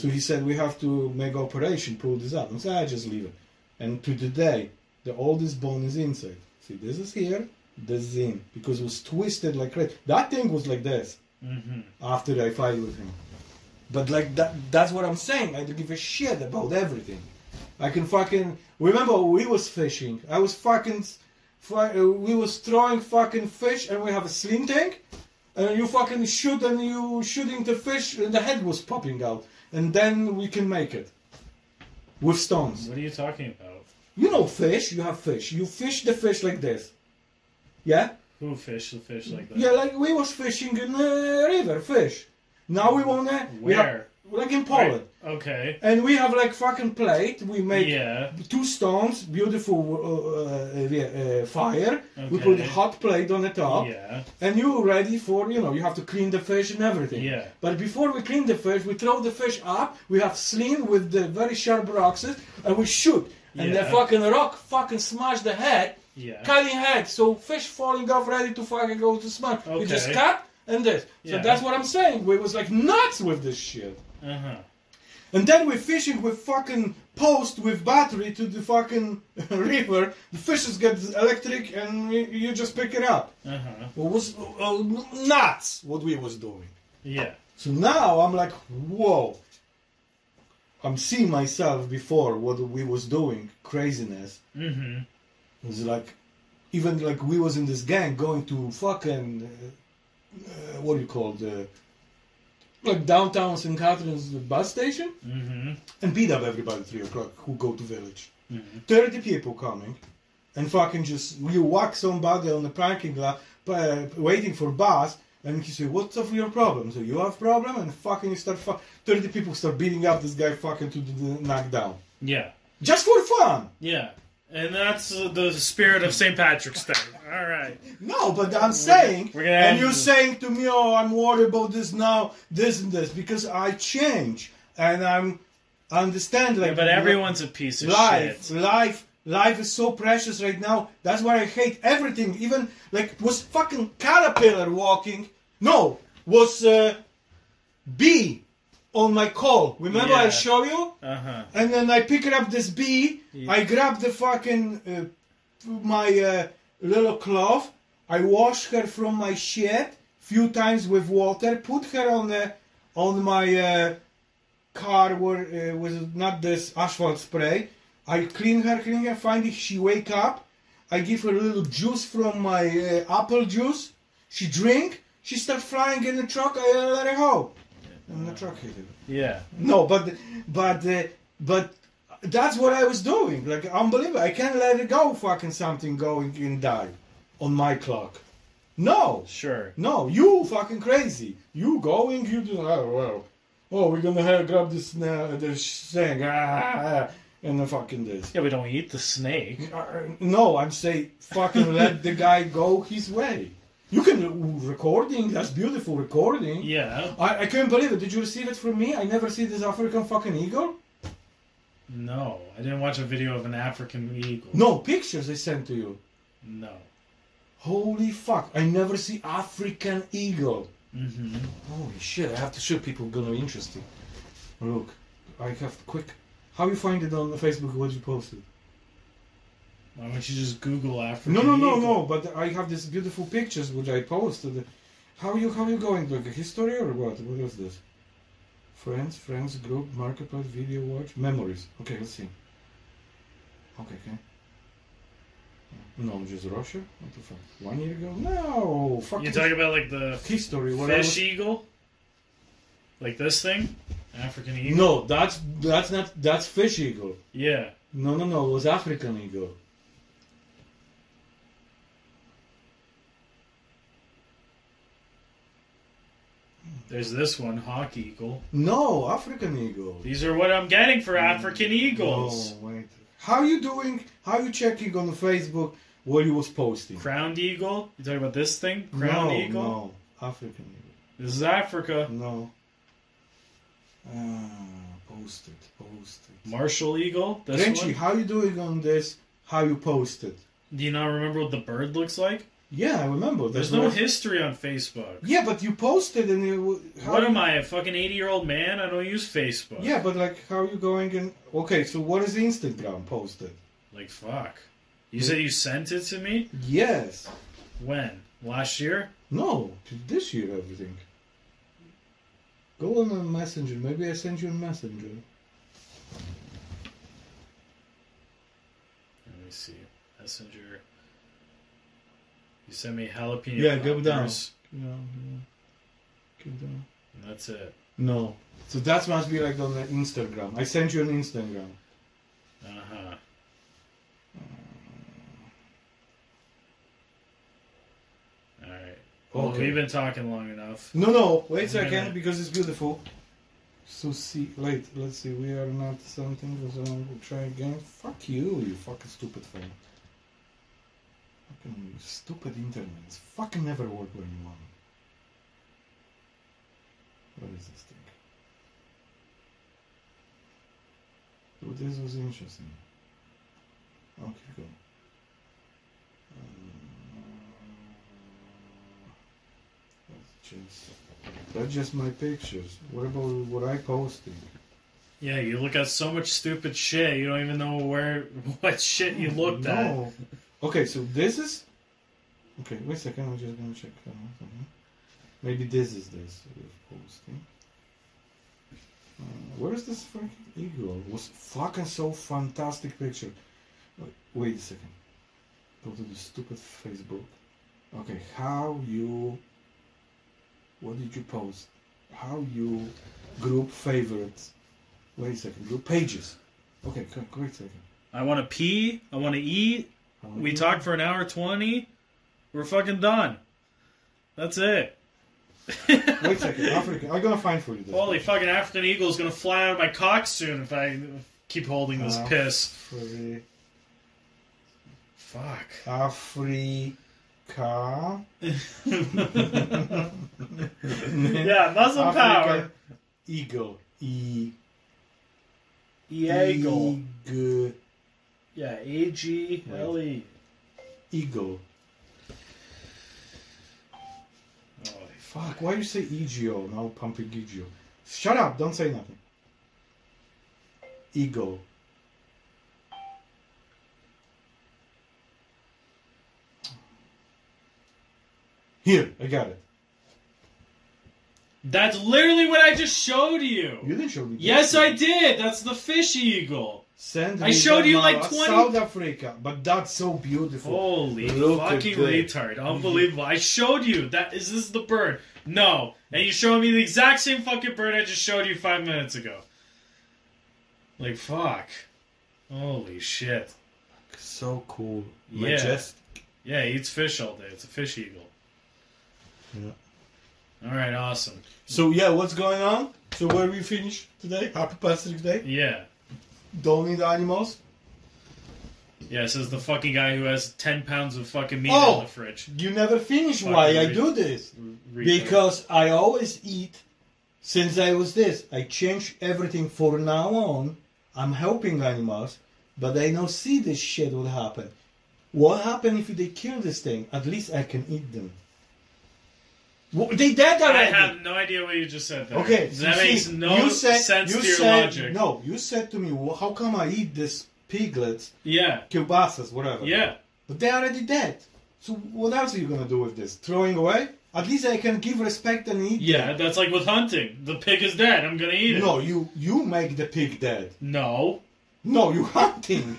So he said we have to make operation, pull this up. And so I just leave it. And to today, the oldest bone is inside. See, this is here, this is in because it was twisted like crazy. That thing was like this
hmm
after I fight with him. But like that—that's what I'm saying. I don't give a shit about everything. I can fucking remember we was fishing. I was fucking, fi- uh, we was throwing fucking fish, and we have a sling tank, and you fucking shoot, and you shooting the fish, and the head was popping out, and then we can make it with stones.
What are you talking about?
You know fish. You have fish. You fish the fish like this. Yeah.
Who fish the fish like that?
Yeah, like we was fishing in a river, fish. Now we wanna we have-
Where?
like in Poland,
Right. Okay.
and we have like fucking plate. We make
yeah.
two stones, beautiful uh, uh, uh, uh, fire. We put
Okay.
hot plate on the top,
Yeah.
and you ready for you know you have to clean the fish and everything.
Yeah.
But before we clean the fish, we throw the fish up. We have sling with the very sharp rocks, and we shoot. And the
Yeah.
fucking rock fucking smash the head
Yeah.
cutting head, so fish falling off, ready to fucking go to smash. You
Okay.
just cut and this. So
Yeah.
that's what I'm saying. We was like nuts with this shit.
Uh huh.
And then we're fishing with fucking post with battery to the fucking river. The fishes get electric and you, you just pick it up.
Uh huh.
It was uh, nuts what we was doing.
Yeah.
So now I'm like, whoa. I'm seeing myself before what we was doing, craziness.
Mm-hmm.
It's like, even like we was in this gang going to fucking, uh, uh, what do you call the, like downtown St. Catherine's bus station
Mm-hmm.
and beat up everybody three o'clock who go to village.
Mhm.
Thirty people coming, and fucking just you whack somebody on the parking lot, uh, waiting for bus, and he say, "What's up with your problem?" So you have problem, and fucking you start fuck. Thirty people start beating up this guy fucking to the, the knockdown
Yeah.
just for fun.
Yeah. And that's uh, the spirit of St. Patrick's Day. All right.
No, but I'm saying,
we're gonna
and
end
you're
this.
saying to me, "Oh, I'm worried about this now, this and this," because I change and I'm I understand like
But everyone's a piece of
life,
shit.
life, life is so precious right now. That's why I hate everything. Even like was fucking caterpillar walking. No, was uh, bee on my call. Remember I
Yeah.
show you,
Uh huh.
and then I pick up this bee. I grab the fucking uh, my uh, little cloth. I wash her from my shit few times with water. Put her on the on my. Uh, car were uh, was not this asphalt spray. I clean her, clean her. Finally, she wake up. I give her a little juice from my uh, apple juice. She drink. She start flying in the truck. I uh, let her go. And the truck hit her.
Yeah.
No, but but uh, but that's what I was doing. Like unbelievable. I can't let it go. Fucking something going and die on my clock. No.
Sure.
No, you fucking crazy. You going, you do. Oh, well. Oh, we're gonna have, grab this, uh, this thing. Ah, and the fucking this.
Yeah, we don't eat the snake.
Uh, no, I'm saying fucking let the guy go his way. You can ooh, recording. That's beautiful recording.
Yeah.
I, I couldn't believe it. Did you receive it from me? I never see this African fucking eagle.
No, I didn't watch a video of an African eagle.
No pictures I sent to you.
No.
Holy fuck! I never see African eagle.
Mm-hmm.
Holy shit, I have to show people gonna be interesting. Look, I have quick. How you find it on the Facebook what you posted?
Why don't you just Google African
No, no, no,
eagle?
no. But I have these beautiful pictures which I posted. How you how you going? Like a history or what? What is this? Friends, friends, group, marketplace, video watch, memories. Okay, let's see. Okay, okay. No, just Russia. What the fuck? One year ago? No, fuck.
You're
this
talking about like the
history. What I was-
fish eagle? Like this thing? African eagle?
No, that's that's not that's fish eagle.
Yeah.
No, no, no, it was African eagle.
There's this one, hawk eagle.
No, African eagle.
These are what I'm getting for African eagles.
No, wait. How you doing? How you checking on the Facebook what you was posting?
Crowned eagle? You talking about this thing? Crowned
no,
eagle?
No, African eagle.
This is Africa.
No. Ah, posted, posted.
Marshall eagle? This
Renchi,
one?
how you doing on this? How you posted?
Do you not remember what the bird looks like?
Yeah, I remember.
There's
That's
no
what-
history on Facebook.
Yeah, but you posted and you. How
What
you-
am I, a fucking 80 year old man? I don't use Facebook.
Yeah, but like, how you going and okay? So what is Instagram posted?
Like, fuck. You said you sent it to me?
Yes.
When? Last year?
No, to this year everything. Go on a messenger. Maybe I send you a messenger.
Let me see. Messenger. You sent me jalapeno.
Yeah, go down.
poppers,
No, no. Keep down.
And that's it.
No. So that must be like on the Instagram. I sent you an Instagram.
Uh huh. All right. Well,
Okay.
we've been talking long enough.
No, no. Wait a
Wait a minute.
second because it's beautiful. So see, wait. Let's see. We are not something. So we'll try again. Fuck you, you fucking stupid phone. Fucking stupid internet. It's fucking never work when you want. it. What is this thing? So Oh, this was interesting. Okay, go. Um, That's just that's just my pictures. What about what I posting?
Yeah, you look at so much stupid shit. You don't even know where what shit you looked at.
no. Okay, so this is. Okay, wait a second. I'm just gonna check. that out. Mhm. Maybe this is this posting. Uh, where is this fucking eagle? It was fucking so fantastic picture. Wait, wait a second. Go to the stupid Facebook. Okay, how you? What did you post? How you group favorites? Wait a second. Group pages. Okay, c- wait a second.
I want to pee. I want to eat.
How
We
you-
talked for an hour twenty. We're fucking done. That's it.
Wait a second, Africa. I'm gonna find for you. This
Holy fucking African eagle's gonna fly out of my cock soon if I keep holding this
Uh,
piss.
For the
Fuck.
Africa.
yeah, Muslim
Africa.
power.
Eagle. E.
Eagle.
Eagle.
Yeah, A G L E.
Eagle. Fuck. Why you say EGO? Now pumping EGO. Shut up. Don't say nothing. Eagle. Here, I got it.
That's literally what I just showed
You
you.
didn't show me. this.
Yes, I did. That's the fish eagle.
Send
I
me
showed
the
you, like, Oh.
map.
20
South Africa, but that's so beautiful.
Holy
Look at
fucking
that.
retard. Unbelievable. I showed you. That is this the bird? No. And you showed me the exact same fucking bird I just showed you five minutes ago. Like fuck. Holy shit.
So cool.
Yeah. Yeah, he eats fish all day. It's a fish eagle.
Yeah.
Alright, awesome.
So yeah, what's going on? So where we finish today? Happy Pacific Day.
Yeah.
Don't eat animals.
Yeah, says the fucking guy who has ten pounds of fucking meat
Oh!
in the fridge.
You never finish
Fucking
why I
re-
do this.
Retard.
Because I always eat since I was this. I change everything for now on. I'm helping animals, but I now see this shit would happen. What happened if they kill this thing? At least I can eat them. Wha- They dead
I
already.
have no idea what you just said there.
Okay,
that
you
makes
see,
no
you said,
sense
you
to your
said,
logic.
No, you said to me, "Wh- how come I eat this piglets,
Yeah,
kielbasas, whatever?
yeah.
But they're already dead. So what else are you gonna do with this? Throwing away? At least I can give respect and eat.
Yeah, that's like with hunting. The pig is dead. I'm gonna eat it.
No, you you make the pig dead.
No.
No, you hunting.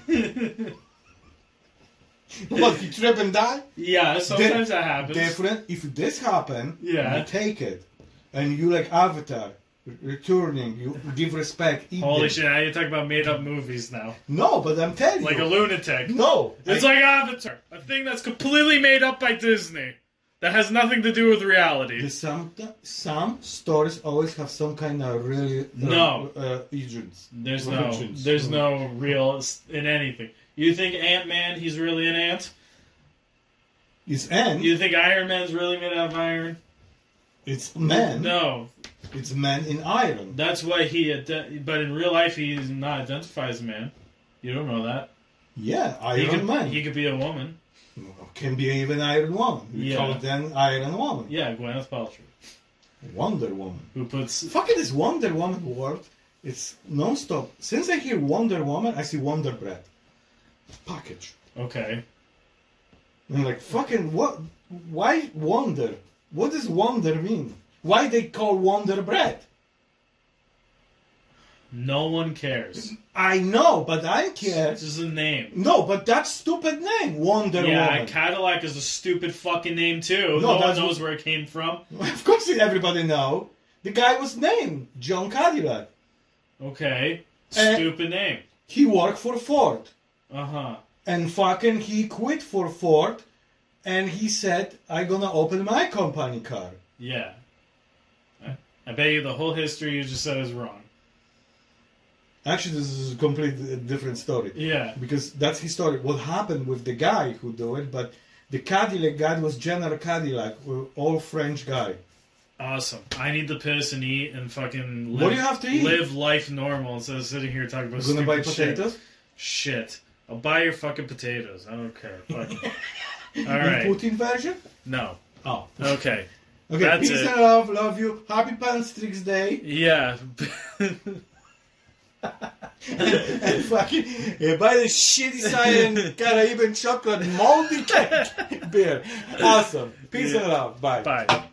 what? He trip and die?
Yeah, sometimes that happens.
Different. If this happen,
Yeah.
you take it, and you like Avatar, re- returning. You give respect. Eat
Holy
them.
shit, now you talk about made up movies now.
No, but I'm telling
Like
you.
a lunatic.
No,
It's like Avatar, a thing that's completely made up by Disney. That has nothing to do with reality.
the some some stories always have some kind of really uh,
No.
uh, agents.
There's no,
Origins.
there's no real s- in anything. You think Ant Man? He's really an ant.
It's and
You think Iron Man's really made out of iron?
it's man.
No,
It's man in iron.
that's why he. Ide- but in real life, he's not identified as a man. You don't know that.
Yeah,
He
iron
could,
man
he could be a woman.
can be even iron woman. We
Yeah.
call them iron woman,
Yeah, Gwyneth Paltrow,
Wonder Woman.
who puts.
Fucking this Wonder Woman word. It's non-stop. Since I hear Wonder Woman, I see Wonder Bread package.
Okay,
I'm like, fucking what? Why wonder? What does wonder mean? Why they call wonder bread?
no one cares.
I know, but I care.
This is a name.
No, but that stupid name, Wonder
Yeah,
Woman.
Cadillac is a stupid fucking name too.
No,
No, one
that's-
knows where it came from.
Of course, everybody know. The guy was named John Cadillac.
Okay,
Eh.
stupid name.
He worked for Ford,
Uh huh.
and fucking he quit for Ford, and he said, "I'm gonna open my company car."
Yeah. I, I bet you the whole history you just said is wrong.
Actually, this is a complete uh, different story.
Yeah.
because that's his story. What happened with the guy who do it? But the Cadillac guy was General Cadillac, uh, all French guy.
Awesome. I need to piss and eat and fucking live,
What do you have to eat?
live life normal instead of sitting here talking about
Gonna
stupid
buy
shit.
potatoes.
Shit. I'll buy your fucking potatoes. I don't care. Fuck. All
Right.
right.
Putin version.
No.
Oh,
Okay.
okay.
That's
Peace
it.
and love, love you. Happy Pan Day.
Yeah.
and, and fucking yeah, buy the shitty Italian Caribbean chocolate moldy cake beer. Awesome. Peace and love.
Bye.